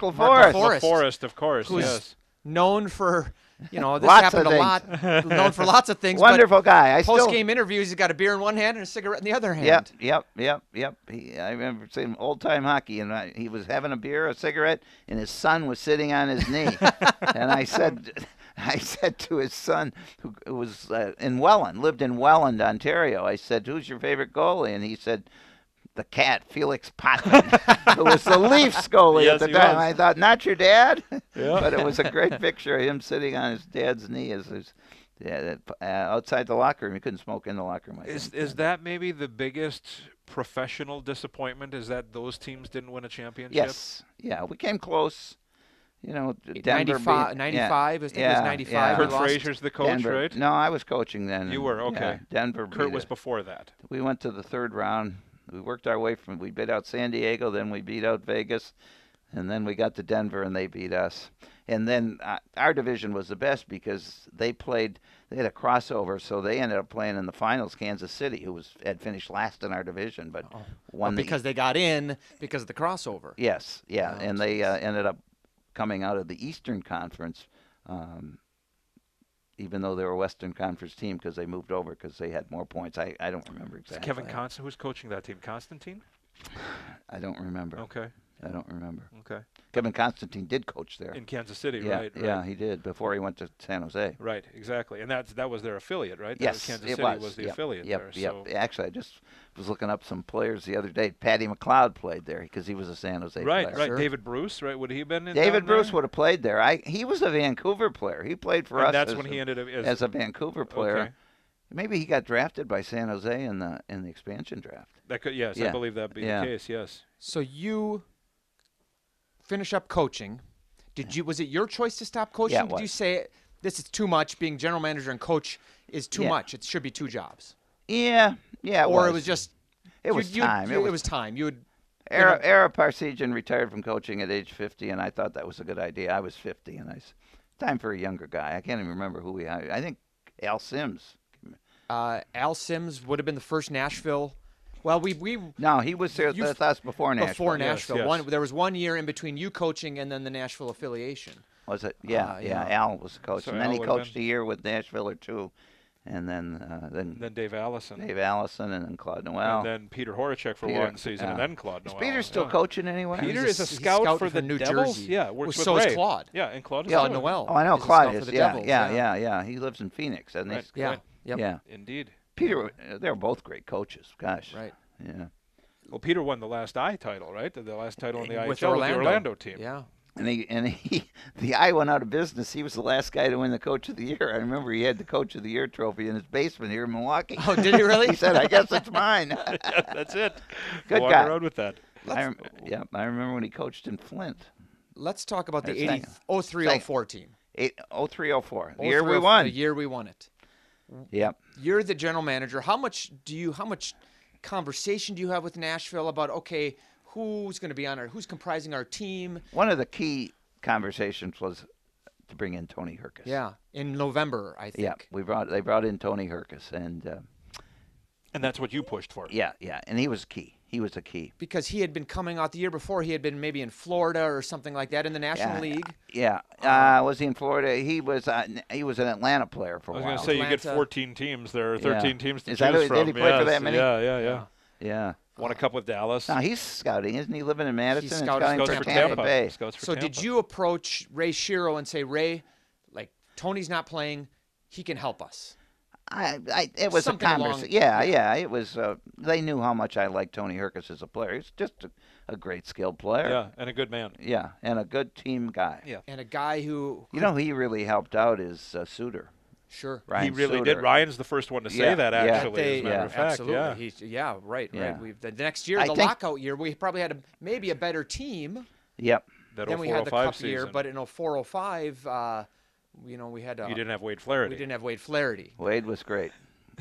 S2: LaForest.
S4: LaForest.
S2: Forrest.
S1: Forrest, of course.
S2: Who's-
S1: yes.
S2: Known for, you know, this
S4: Lots of
S2: happened a
S4: things.
S2: lot. known for lots of things.
S4: Wonderful guy. I
S2: Post
S4: still
S2: game interviews, he's got a beer in one hand and a cigarette in the other hand.
S4: Yep, yep, yep, yep. He, I remember seeing old time hockey, and I, he was having a beer, a cigarette, and his son was sitting on his knee. and I said, I said to his son, who, who was uh, in Welland, lived in Welland, Ontario. I said, "Who's your favorite goalie?" And he said, the cat, Felix Potvin, who was the Leafs goalie
S5: Yes,
S4: at the
S5: he
S4: time.
S5: was.
S4: I thought, not your dad?
S5: Yeah.
S4: but it was a great picture of him sitting on his dad's knee as his, yeah, that, uh, outside the locker room. He couldn't smoke in the locker room. I
S1: Is
S4: think.
S1: is that maybe the biggest professional disappointment? Is that those teams didn't win a championship?
S4: Yes. Yeah, we came close. You know, D- Denver
S2: 95,
S4: beat-
S2: 95, I think it was 95.
S4: Yeah.
S2: We
S1: Kurt
S2: lost
S1: Frazier's the coach,
S4: Denver-
S1: right?
S4: No, I was coaching then.
S1: You
S4: and-
S1: were,
S4: yeah,
S1: okay.
S4: Denver.
S1: Kurt
S4: beat
S1: was
S4: us.
S1: before that.
S4: We went to the third round. We worked our way from. We beat out San Diego, then we beat out Vegas, and then we got to Denver and they beat us. And then uh, our division was the best because they played. They had a crossover, so they ended up playing in the finals. Kansas City, who was had finished last in our division, but
S1: Oh.
S4: won the
S2: because they got in because of the crossover.
S4: Yes, yeah,
S2: Oh,
S4: and they uh, ended up coming out of the Eastern Conference, um, even though they were a Western Conference team because they moved over because they had more points. I, I don't remember
S1: Is
S4: exactly.
S1: Kevin Constant, who's coaching that team? Constantine?
S4: I don't remember.
S1: Okay,
S4: I don't remember.
S1: okay.
S4: Kevin Constantine did coach there.
S1: In Kansas City,
S4: yeah,
S1: right?
S4: yeah,
S1: Right.
S4: he did before he went to San Jose.
S1: Right, exactly. And that's that was their affiliate, right?
S4: Yes,
S1: that was Kansas
S4: it
S1: City
S4: was.
S1: the
S4: yep,
S1: affiliate
S4: yep,
S1: there.
S4: Yep.
S1: So
S4: Actually, I just was looking up some players the other day. Patty McLeod played there because he was a San Jose
S1: right,
S4: player.
S1: right.
S2: Sure.
S1: David Bruce, right? Would he have been in
S4: David
S1: down
S4: Bruce
S1: there?
S4: would have played there. I he was a Vancouver player. He played for us.
S1: And that's
S4: as
S1: when
S4: a-
S1: he ended up as,
S4: as a Vancouver player.
S1: Okay.
S4: Maybe he got drafted by San Jose in the in the expansion draft.
S1: that could yes, I
S4: yeah,
S1: believe that'd be
S4: yeah.
S1: the case, yes.
S2: So you finish up coaching. Did you was it your choice to stop coaching?
S4: Yeah, it
S2: Did you
S4: was.
S2: say this is too much? Being general manager and coach is too
S4: Yeah.
S2: much. It should be two jobs.
S4: Yeah, yeah.
S2: or it was just
S4: it
S2: you-
S4: was
S2: you-
S4: time.
S2: you-
S4: it was
S2: time. You would
S4: Era, Era Parsegian retired from coaching at age 50, and I thought that was a good idea. I was 50, and I s- time for a younger guy. I can't even remember who we hired. I think Al Sims.
S2: uh, Al Sims would have been the first Nashville. Well, we we
S4: No, he was there
S2: You-
S4: with us before Nashville.
S2: before
S1: Yes,
S2: Nashville.
S1: yes.
S2: One there was one year in between you coaching and then the Nashville affiliation.
S4: Was it? Yeah,
S2: Ah,
S4: yeah,
S2: yeah.
S4: Al was the coach,
S1: So
S4: and then
S1: Al
S4: he
S1: would've been-
S4: coached a year with Nashville or two, and then uh, then,
S1: And then Dave Allison.
S4: Dave Allison and then Claude Noel.
S1: and then Peter Horacek for
S4: Peter,
S1: one season, and
S4: yeah.
S1: then Claude
S4: Is
S1: Noel.
S4: Peter still
S1: yeah.
S4: coaching anyway?
S1: Peter
S2: He's
S1: is
S2: a
S1: a
S2: s- he's
S1: scout,
S2: scout
S1: for
S2: for
S1: the
S2: New
S1: Devils.
S2: Jersey.
S1: Yeah,
S2: Well,
S1: works with
S2: so is
S1: Ray.
S2: Claude.
S1: Yeah, and Claude is
S2: Yeah,
S1: doing it.
S2: Noel.
S4: Oh, I know
S2: is a scout
S4: Claude
S2: for
S4: is.
S2: the
S4: Yeah,
S2: Devils,
S4: yeah,
S2: yeah.
S4: yeah, yeah. He lives in Phoenix, doesn't
S1: Right.
S4: he?
S2: Yeah.
S1: Right.
S2: Yep.
S4: Yeah.
S1: Indeed.
S4: Peter, uh, they're both great coaches. Gosh.
S2: Right.
S4: Yeah.
S1: Well, Peter won the last I title, right? The, the last title in the
S2: With
S1: IHL
S2: Orlando.
S1: with the Orlando team.
S2: Yeah.
S4: And he and he, the I went out of business. He was the last guy to win the Coach of the Year. I remember he had the Coach of the Year trophy in his basement here in Milwaukee.
S2: Oh, did he really?
S4: he said, "I guess it's mine."
S1: That's it.
S4: Good
S1: Walk
S4: guy.
S1: around with that.
S4: I rem- yeah, I remember when he coached in Flint.
S2: Let's talk about the
S4: Hey, second.
S2: 80, 0304 team.
S4: Eight, oh, 0304, the year we
S2: 0304
S4: won.
S2: Oh, The year we won it.
S4: Yep.
S2: You're the general manager. How much do you? How much conversation do you have with Nashville about? Okay, who's going to be on our? Who's comprising our team?
S4: One of the key conversations was to bring in Tony Herkus.
S2: Yeah, in November, I think.
S4: Yeah, we brought they brought in Tony Herkus, and uh,
S1: And that's what you pushed for.
S4: yeah, yeah, and he was key. He was a key.
S2: Because he had been coming out the year before. He had been maybe in Florida or something like that in the National
S4: Yeah,
S2: League.
S4: Yeah, uh, was he in Florida? He was uh, n- he was an Atlanta player for
S1: Uh-huh. I was going
S4: a while.
S1: to say you get
S2: Atlanta.
S1: 14 teams there, are 13 teams to
S4: Is that
S1: choose
S4: who-
S1: from.
S4: did he play for
S1: Yes,
S4: that many?
S1: Yeah, yeah, yeah.
S4: yeah.
S1: Won a cup with Dallas.
S4: Now he's scouting, isn't he? Living in Madison, and
S2: scouting
S4: scouting
S2: Goes
S1: Scouts
S4: for
S1: for
S4: Tampa,
S1: Tampa.
S4: Bay.
S1: Scouts for
S2: So
S1: Tampa.
S2: did you approach Ray Shiro and say, Ray, like Tony's not playing, he can help us?
S4: I, I, it was
S2: Something
S4: a
S2: along-
S4: conversation. Yeah, yeah, it was. Uh, they knew how much I liked Tony Herkus as a player. He's just a, a great skilled player.
S1: Yeah, and a good man.
S4: Yeah, and a good team guy.
S1: Yeah.
S2: And a guy who,
S4: You know, who he really helped out is uh, Suter.
S2: sure,
S4: Ryan
S1: he really
S4: Suter.
S1: did. Ryan's the first one to say
S4: Yeah,
S1: that,
S4: yeah.
S1: actually,
S2: They-
S1: as a matter
S4: yeah,
S1: of fact.
S2: absolutely.
S1: Yeah.
S2: He- yeah, right,
S4: Yeah.
S2: right. We've the, the next year,
S4: I
S2: the
S4: think-
S2: lockout year, we probably had a, maybe a better team
S4: Yep.
S1: That
S2: than we had the
S1: 04-05
S2: Cup year,
S1: season.
S2: but in 0405, uh, you know, we had uh
S1: you didn't have Wade Flaherty.
S2: we didn't have Wade Flaherty.
S4: Wade was great.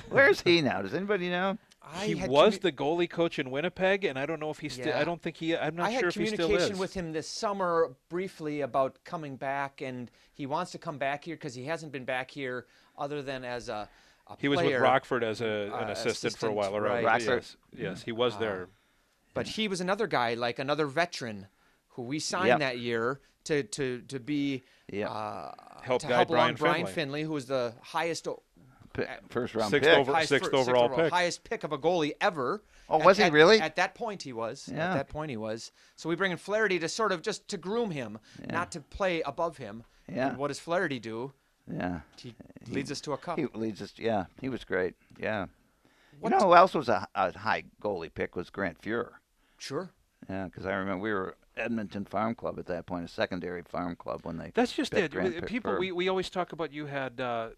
S4: Where's he now? Does anybody know?
S2: I
S1: he
S2: had
S1: was
S2: commu-
S1: the goalie coach in Winnipeg, and I don't know if he still.
S2: Yeah.
S1: I don't think he. I'm not
S2: I had
S1: sure if he still
S2: communication
S1: is.
S2: with him this summer briefly about coming back, and he wants to come back here because he hasn't been back here other than as a, a
S1: He was with
S2: player.
S1: Rockford as a, an
S2: uh,
S1: assistant, for a
S2: assistant,
S1: while. Around.
S2: right. Ah.
S4: Rockford.
S1: Yes, yes, he was there.
S2: But he was another guy, like another veteran, who we signed
S4: Yep.
S2: that year to to to be
S4: Yep.
S2: uh,
S1: Help
S2: to
S1: guide
S2: help along
S1: Brian Finley.
S2: who was the highest o-
S4: P- first round
S1: Sixth
S4: pick.
S1: over-
S2: highest
S1: sixth
S2: fir-
S1: overall pick.
S2: highest pick of a goalie ever.
S4: Oh, was he really?
S2: At that point, he was.
S4: Yeah.
S2: At that point, he was. So we bring in Flaherty to sort of just to groom him, not to play above him.
S4: Yeah.
S2: And what does Flaherty do?
S4: Yeah.
S2: He leads us to a cup.
S4: He leads us. Yeah, he was great. Yeah. You know who else was a, a high goalie pick was Grant Fuhrer.
S2: Sure.
S4: Yeah, because I remember we were Edmonton Farm Club at that point, a secondary farm club when they.
S1: That's just
S4: picked
S1: it.
S4: Grant
S1: With-
S4: Pick-
S1: People,
S4: Fuhrer.
S1: we, we always talk about you had uh,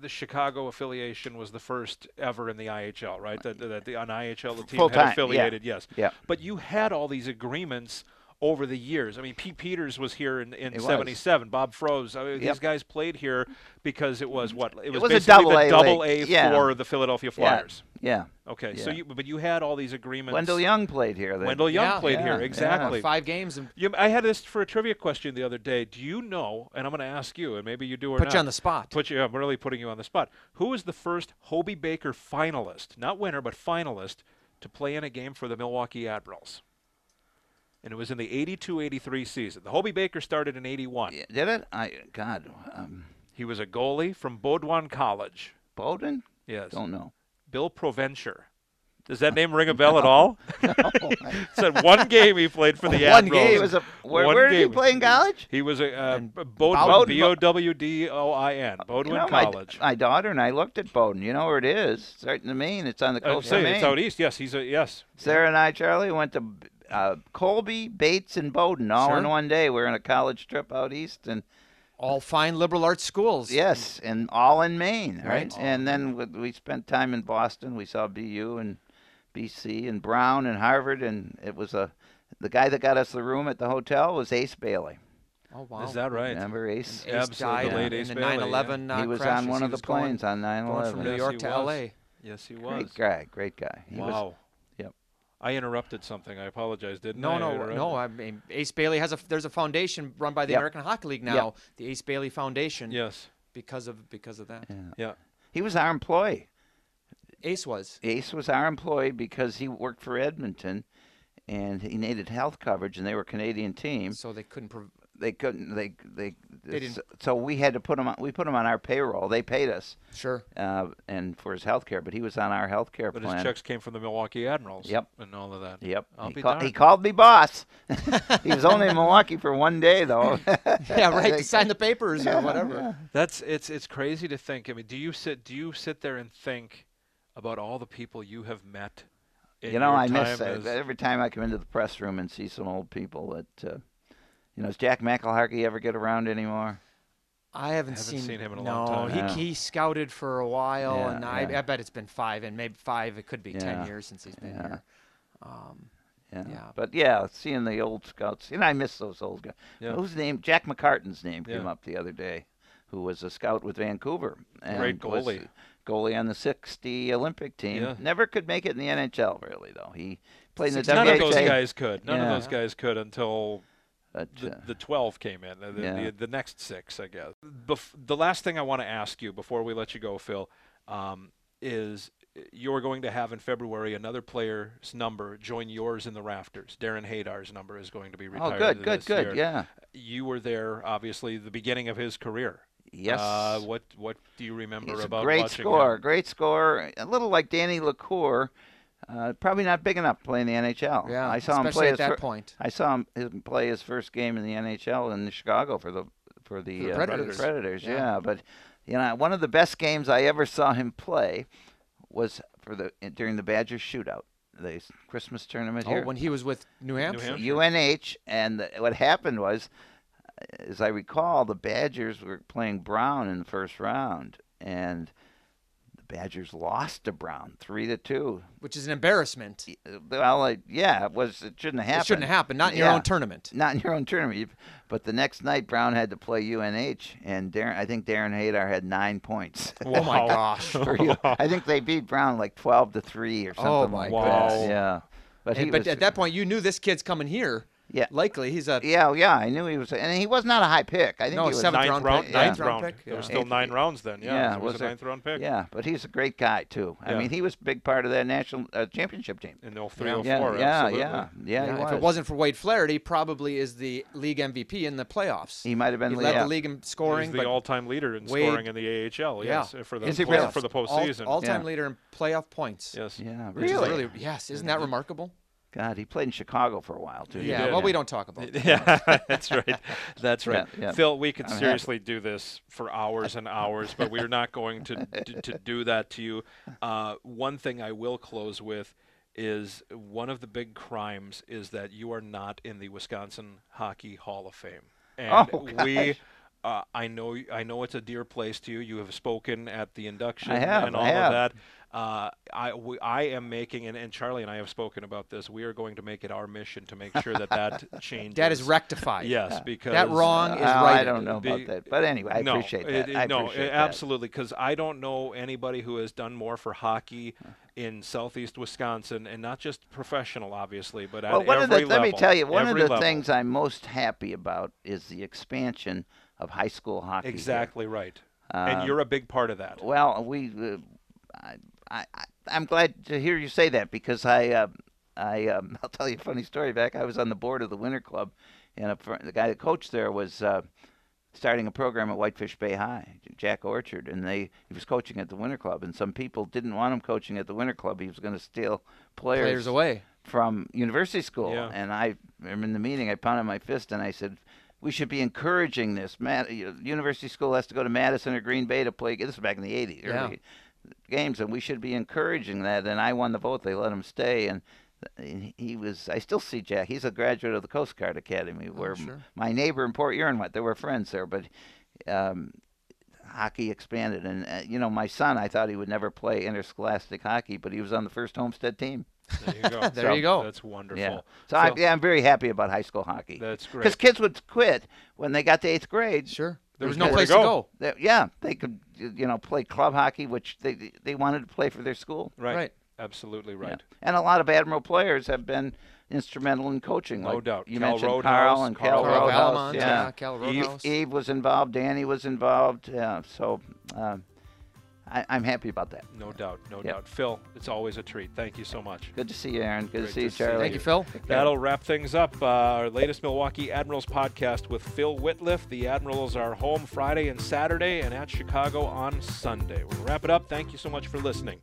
S1: the Chicago affiliation was the first ever in the IHL, right? That, that the on IHL the team
S4: full
S1: had
S4: time, yeah.
S1: affiliated, yes.
S4: Yeah.
S1: But you had all these agreements over the years. I mean, Pete Peters was here in, in
S4: He was.
S1: '77. Bob Froese. I mean,
S4: Yep.
S1: These guys played here because it was what it was,
S4: was a
S1: basically the
S4: double A
S1: double A
S4: league, yeah.
S1: for the Philadelphia Flyers.
S4: Yeah.
S1: Okay, so
S4: Yeah.
S1: you but you had all these agreements.
S4: Wendell Young played here. then.
S1: Wendell Young
S2: Yeah.
S1: played
S4: Yeah,
S1: here
S4: yeah.
S1: exactly.
S2: Five games and
S1: You, I had this for a trivia question the other day. Do you know? And I'm going to ask you, and maybe you do or
S2: put
S1: not.
S2: you on the spot.
S1: Put you. I'm really putting you on the spot. Who was the first Hobie Baker finalist, not winner, but finalist, to play in a game for the Milwaukee Admirals? And it was in the 82-83 season. The Hobie Baker started in 81.
S4: Yeah, Did it? I God. Um,
S1: He was a goalie from Baudouin College.
S4: Bowden?
S1: Yes.
S4: Don't know.
S1: Bill Provencher. Does that name ring a bell at all? Said one game he played for the
S4: One
S1: Admirals.
S4: game. He was a, where,
S1: One
S4: where did he
S1: game.
S4: play in college?
S1: He was a uh,
S2: And
S1: B-
S2: Bowdoin.
S1: Bowdoin, B O W D O I N, Bowdoin
S4: You know, my,
S1: College.
S4: my daughter and I looked at Bowden. You know where it is? It's right in the Maine. It's on the
S1: I'm
S4: coast of
S1: saying
S4: Maine.
S1: Uh, it's out east. Yes, he's a yes.
S4: Sarah and I, Charlie, went to uh, Colby, Bates, and Bowden all
S2: Sure.
S4: in one day. We were on a college trip out east, and
S2: All fine liberal arts schools.
S4: yes, and all in Maine, right?
S2: Right.
S4: And then we, we spent time in Boston. We saw BU and BC and Brown and Harvard, and it was a the guy that got us the room at the hotel was Ace Bailey.
S2: Oh wow.
S1: Is that right?
S4: Remember Ace?
S2: Ace
S1: Absolutely.
S2: died
S4: The late
S2: in
S1: Ace
S2: the
S1: Bailey, yeah.
S2: 9/11 uh,
S4: he was
S2: crashes.
S4: on one
S2: He
S4: of the
S2: was going-
S4: planes on 9
S2: Going from
S4: 11.
S2: New
S1: Yes,
S2: York
S1: he
S2: to
S1: was.
S2: L.A.
S1: Yes, he
S4: Great
S1: was.
S4: guy, great guy. He
S1: wow.
S4: was Yep.
S1: I interrupted something. I apologize, didn't I? uh,
S2: No,
S1: I
S2: no,
S1: interrupted.
S2: no. I mean, Ace Bailey has a. There's a foundation run by the
S4: Yep.
S2: American Hockey League now, the Ace Bailey Foundation,
S1: Yes.
S2: because of because of that.
S1: Yeah.
S4: he was our employee.
S2: Ace was.
S4: Ace was our employee because he worked for Edmonton and he needed health coverage and they were a Canadian team.
S2: So they couldn't. Prov-
S4: They couldn't they they,
S2: didn't-
S4: so, so we had to put him on we put him on our payroll. They paid us
S2: sure.
S4: uh, and for his health care, but he was on our health care
S1: But
S4: plan.
S1: his checks came from the Milwaukee Admirals.
S4: Yep.
S1: And all of that.
S4: Yep.
S1: I'll
S4: he,
S1: be
S4: ca-
S1: darned.
S4: he called me boss. he was only in Milwaukee for one day though.
S2: Yeah, right. To sign the papers or whatever.
S1: That's it's it's crazy to think. I mean, do you sit do you sit there and think about all the people you have met? In
S4: you know,
S1: your
S4: I
S1: time
S4: miss that.
S1: as-
S4: Every time I come into the press room and see some old people that, uh, you know, does Jack McElharkey ever get around anymore?
S2: I haven't,
S1: Haven't
S2: seen,
S1: seen him in a
S2: no,
S1: long time.
S2: He,
S4: Yeah.
S2: he scouted for a while,
S4: Yeah,
S2: and I,
S4: yeah.
S2: I bet it's been five, and maybe five. It could be
S4: Yeah,
S2: ten years since he's been
S4: yeah.
S2: here. Um,
S4: Yeah.
S2: Yeah.
S4: But yeah, seeing the old scouts, you know, I miss those old guys.
S1: Yeah.
S4: Whose name? Jack McCartan's name came
S1: Yeah.
S4: up the other day, who was a scout with Vancouver. And
S1: Great
S4: was
S1: goalie.
S4: Goalie on the 60 Olympic team.
S1: Yeah.
S4: Never could make it in the NHL, really, though. He played in the
S1: None of those
S4: WHA,
S1: guys could. None
S4: Yeah.
S1: of those guys could until
S4: But, uh,
S1: the, the 12 came in the, the,
S4: Yeah.
S1: the, the next six i guess Bef- the last thing i want to ask you before we let you go phil um, is uh, you're going to have in february another player's number join yours in the rafters darren haydar's number is going to be retired
S4: oh, good, good,
S1: this
S4: good.
S1: year.
S4: Yeah.
S1: you were there obviously the beginning of his career
S4: Yes.
S1: uh, what what do you remember
S4: He's a
S1: about
S4: great
S1: watching
S4: scorer,
S1: him?
S4: great scorer. A little like Danny LaCour, uh, probably not big enough playing the NHL.
S2: Yeah,
S4: Oh, I saw him
S2: especially
S4: play
S2: at
S4: his
S2: that
S4: fir-
S2: point.
S4: I saw him, him play his first game in the NHL in Chicago for the for the,
S2: the
S4: uh,
S2: Predators.
S4: yeah.
S2: Yeah.
S4: but you know, one of the best games I ever saw him play was for the during the Badgers shootout, the s- Christmas tournament
S2: Oh,
S4: here.
S2: when he was with New Hampshire.
S1: Hampshire.
S4: UNH, and the, what happened was, as I recall, the Badgers were playing Brown in the first round, and the Badgers lost to Brown three to two.
S2: which is an embarrassment.
S4: Uh, Well, like, yeah, it was. It shouldn't have happened.
S2: It shouldn't happen. Not in your
S4: Yeah.
S2: own tournament.
S4: Not in your own tournament. You- But the next night, Brown had to play UNH, and Darren, I think Darren Hadar had nine points.
S2: Oh my
S1: Wow.
S2: gosh.
S4: for you. I think they beat Brown like twelve to three or something
S2: Oh, my
S4: like
S1: goodness.
S4: that. Yeah, but he
S2: And- but
S4: was,
S2: at that point, you knew this kid's coming here.
S4: Yeah.
S2: Likely, he's a
S4: yeah, yeah, I knew he was, and he was not a high pick. I think
S2: No,
S4: he was
S2: seventh
S1: ninth
S2: round
S1: round,
S2: pick, yeah.
S1: ninth
S2: Ninth round
S1: round.
S2: pick,
S1: There was
S2: yeah.
S1: still
S4: Eighth-
S1: nine rounds then. Yeah,
S4: yeah,
S1: it was,
S4: was
S1: a
S4: a-
S1: ninth round pick.
S4: Yeah, but he's a great guy too. I
S1: Yeah.
S4: mean, he was a big part of that national uh, championship team.
S1: In 03,
S4: yeah,
S1: 04,
S4: yeah,
S1: absolutely.
S4: yeah, yeah,
S2: Yeah,
S4: He was.
S2: if it wasn't for Wade Flaherty, probably is the league MVP in the playoffs.
S4: he might have been.
S2: He led
S4: yeah.
S2: the league in
S1: He's
S2: scoring.
S1: the
S2: but
S1: all-time leader in
S2: Wade-
S1: scoring in the AHL.
S2: Yeah.
S1: Yes, uh, for the
S4: Is he
S1: for, the-
S4: really?
S1: for the
S2: all,
S1: postseason.
S2: all-time
S4: Yeah.
S2: leader in playoff points.
S1: yes.
S4: Yeah,
S2: Which is
S4: really.
S2: yes, isn't that remarkable?
S4: God, he played in Chicago for a while too.
S2: Yeah,
S4: didn't
S2: well,
S4: he?
S2: we don't talk about that.
S1: Yeah, that's right. That's right.
S4: Yeah, yeah.
S1: Phil, we could
S4: I'm happy.
S1: seriously do this for hours and hours, but we're not going to to, to do that to you. Uh, one thing I will close with is one of the big crimes is that you are not in the Wisconsin Hockey Hall of Fame, and
S4: Oh,
S1: we.
S4: gosh.
S1: Uh, I know, y- I know, it's a dear place to you. You have spoken at the induction
S4: have,
S1: and
S4: I
S1: all of
S4: have.
S1: that. Uh, I, we, I am making, and, and Charlie and I have spoken about this. We are going to make it our mission to make sure that that changes.
S2: That is rectified.
S1: Yes, because
S2: That wrong is
S4: Uh,
S2: right.
S4: I don't know
S1: Be-
S4: about that, but anyway, I
S1: no,
S4: appreciate that.
S1: it- it-
S4: I
S1: no,
S4: appreciate
S1: it-
S4: that.
S1: absolutely, because I don't know anybody who has done more for hockey in Southeast Wisconsin, and not just professional, obviously, but
S4: Well,
S1: at
S4: one
S1: every
S4: of the,
S1: level.
S4: let me tell you, one of
S1: every
S4: the
S1: level.
S4: things I'm most happy about is the expansion of high school hockey. here.
S1: Exactly right,
S4: Um,
S1: and you're a big part of that.
S4: Well, we, uh, I, I, I- I'm glad to hear you say that because I, uh, I, um, I'll tell you a funny story. Back, I was on the board of the Winter Club, and a, fr- the guy that coached there was uh, starting a program at Whitefish Bay High, Jack Orchard, and they he was coaching at the Winter Club, and some people didn't want him coaching at the Winter Club. He was going to steal players,
S2: Players away.
S4: from university school.
S1: Yeah.
S4: And I remember in the meeting, I pounded my fist and I said, we should be encouraging this. Mad- you- university school has to go to Madison or Green Bay to play. This was back in the 80s,
S2: Yeah.
S4: early games, and we should be encouraging that. And I won the vote. They let him stay. And and he was, I still see Jack. He's a graduate of the Coast Guard Academy, where m-
S2: Oh, sure.
S4: my neighbor in Port Huron went. They were friends there, but um, hockey expanded. And, uh, you know, my son, I thought he would never play interscholastic hockey, but he was on the first Homestead team.
S1: There you go.
S2: There you go.
S1: That's wonderful.
S4: Yeah. So, I'm, yeah, I'm very happy about high school hockey.
S1: That's
S4: Because
S1: great.
S4: kids would quit when they got to eighth grade.
S2: Sure. There was
S1: There's
S2: no
S1: nowhere
S2: place
S1: to
S2: to go.
S1: go.
S4: They- yeah, they could, y- you know, play club hockey, which they they wanted to play for their school.
S1: Right.
S2: Right.
S1: Absolutely
S4: Yeah.
S1: right.
S4: And a lot of Admiral players have been instrumental in coaching.
S1: No
S4: like
S1: doubt.
S4: You
S1: Cal
S4: mentioned Carl
S1: Roadhouse,
S4: and
S1: Carl
S4: Cal
S2: uh, Carl
S1: Roadhouse,
S2: Valamont,
S4: Roadhouse.
S2: yeah.
S4: Yeah.
S2: Cal
S1: Eve-
S2: Roadhouse.
S4: Eve was involved. Danny was involved. Yeah. So um, I, I'm happy about that.
S1: No doubt. No
S4: Yeah.
S1: doubt. Phil, it's always a treat. Thank you so much.
S4: Good to see you, Aaron. Good
S1: Great
S4: to see you,
S1: to see you.
S4: Charlie.
S2: Thank you, Phil.
S1: That'll wrap things up. Uh, our latest Milwaukee Admirals podcast with Phil Whitliff. The Admirals are home Friday and Saturday and at Chicago on Sunday. We'll wrap it up. Thank you so much for listening.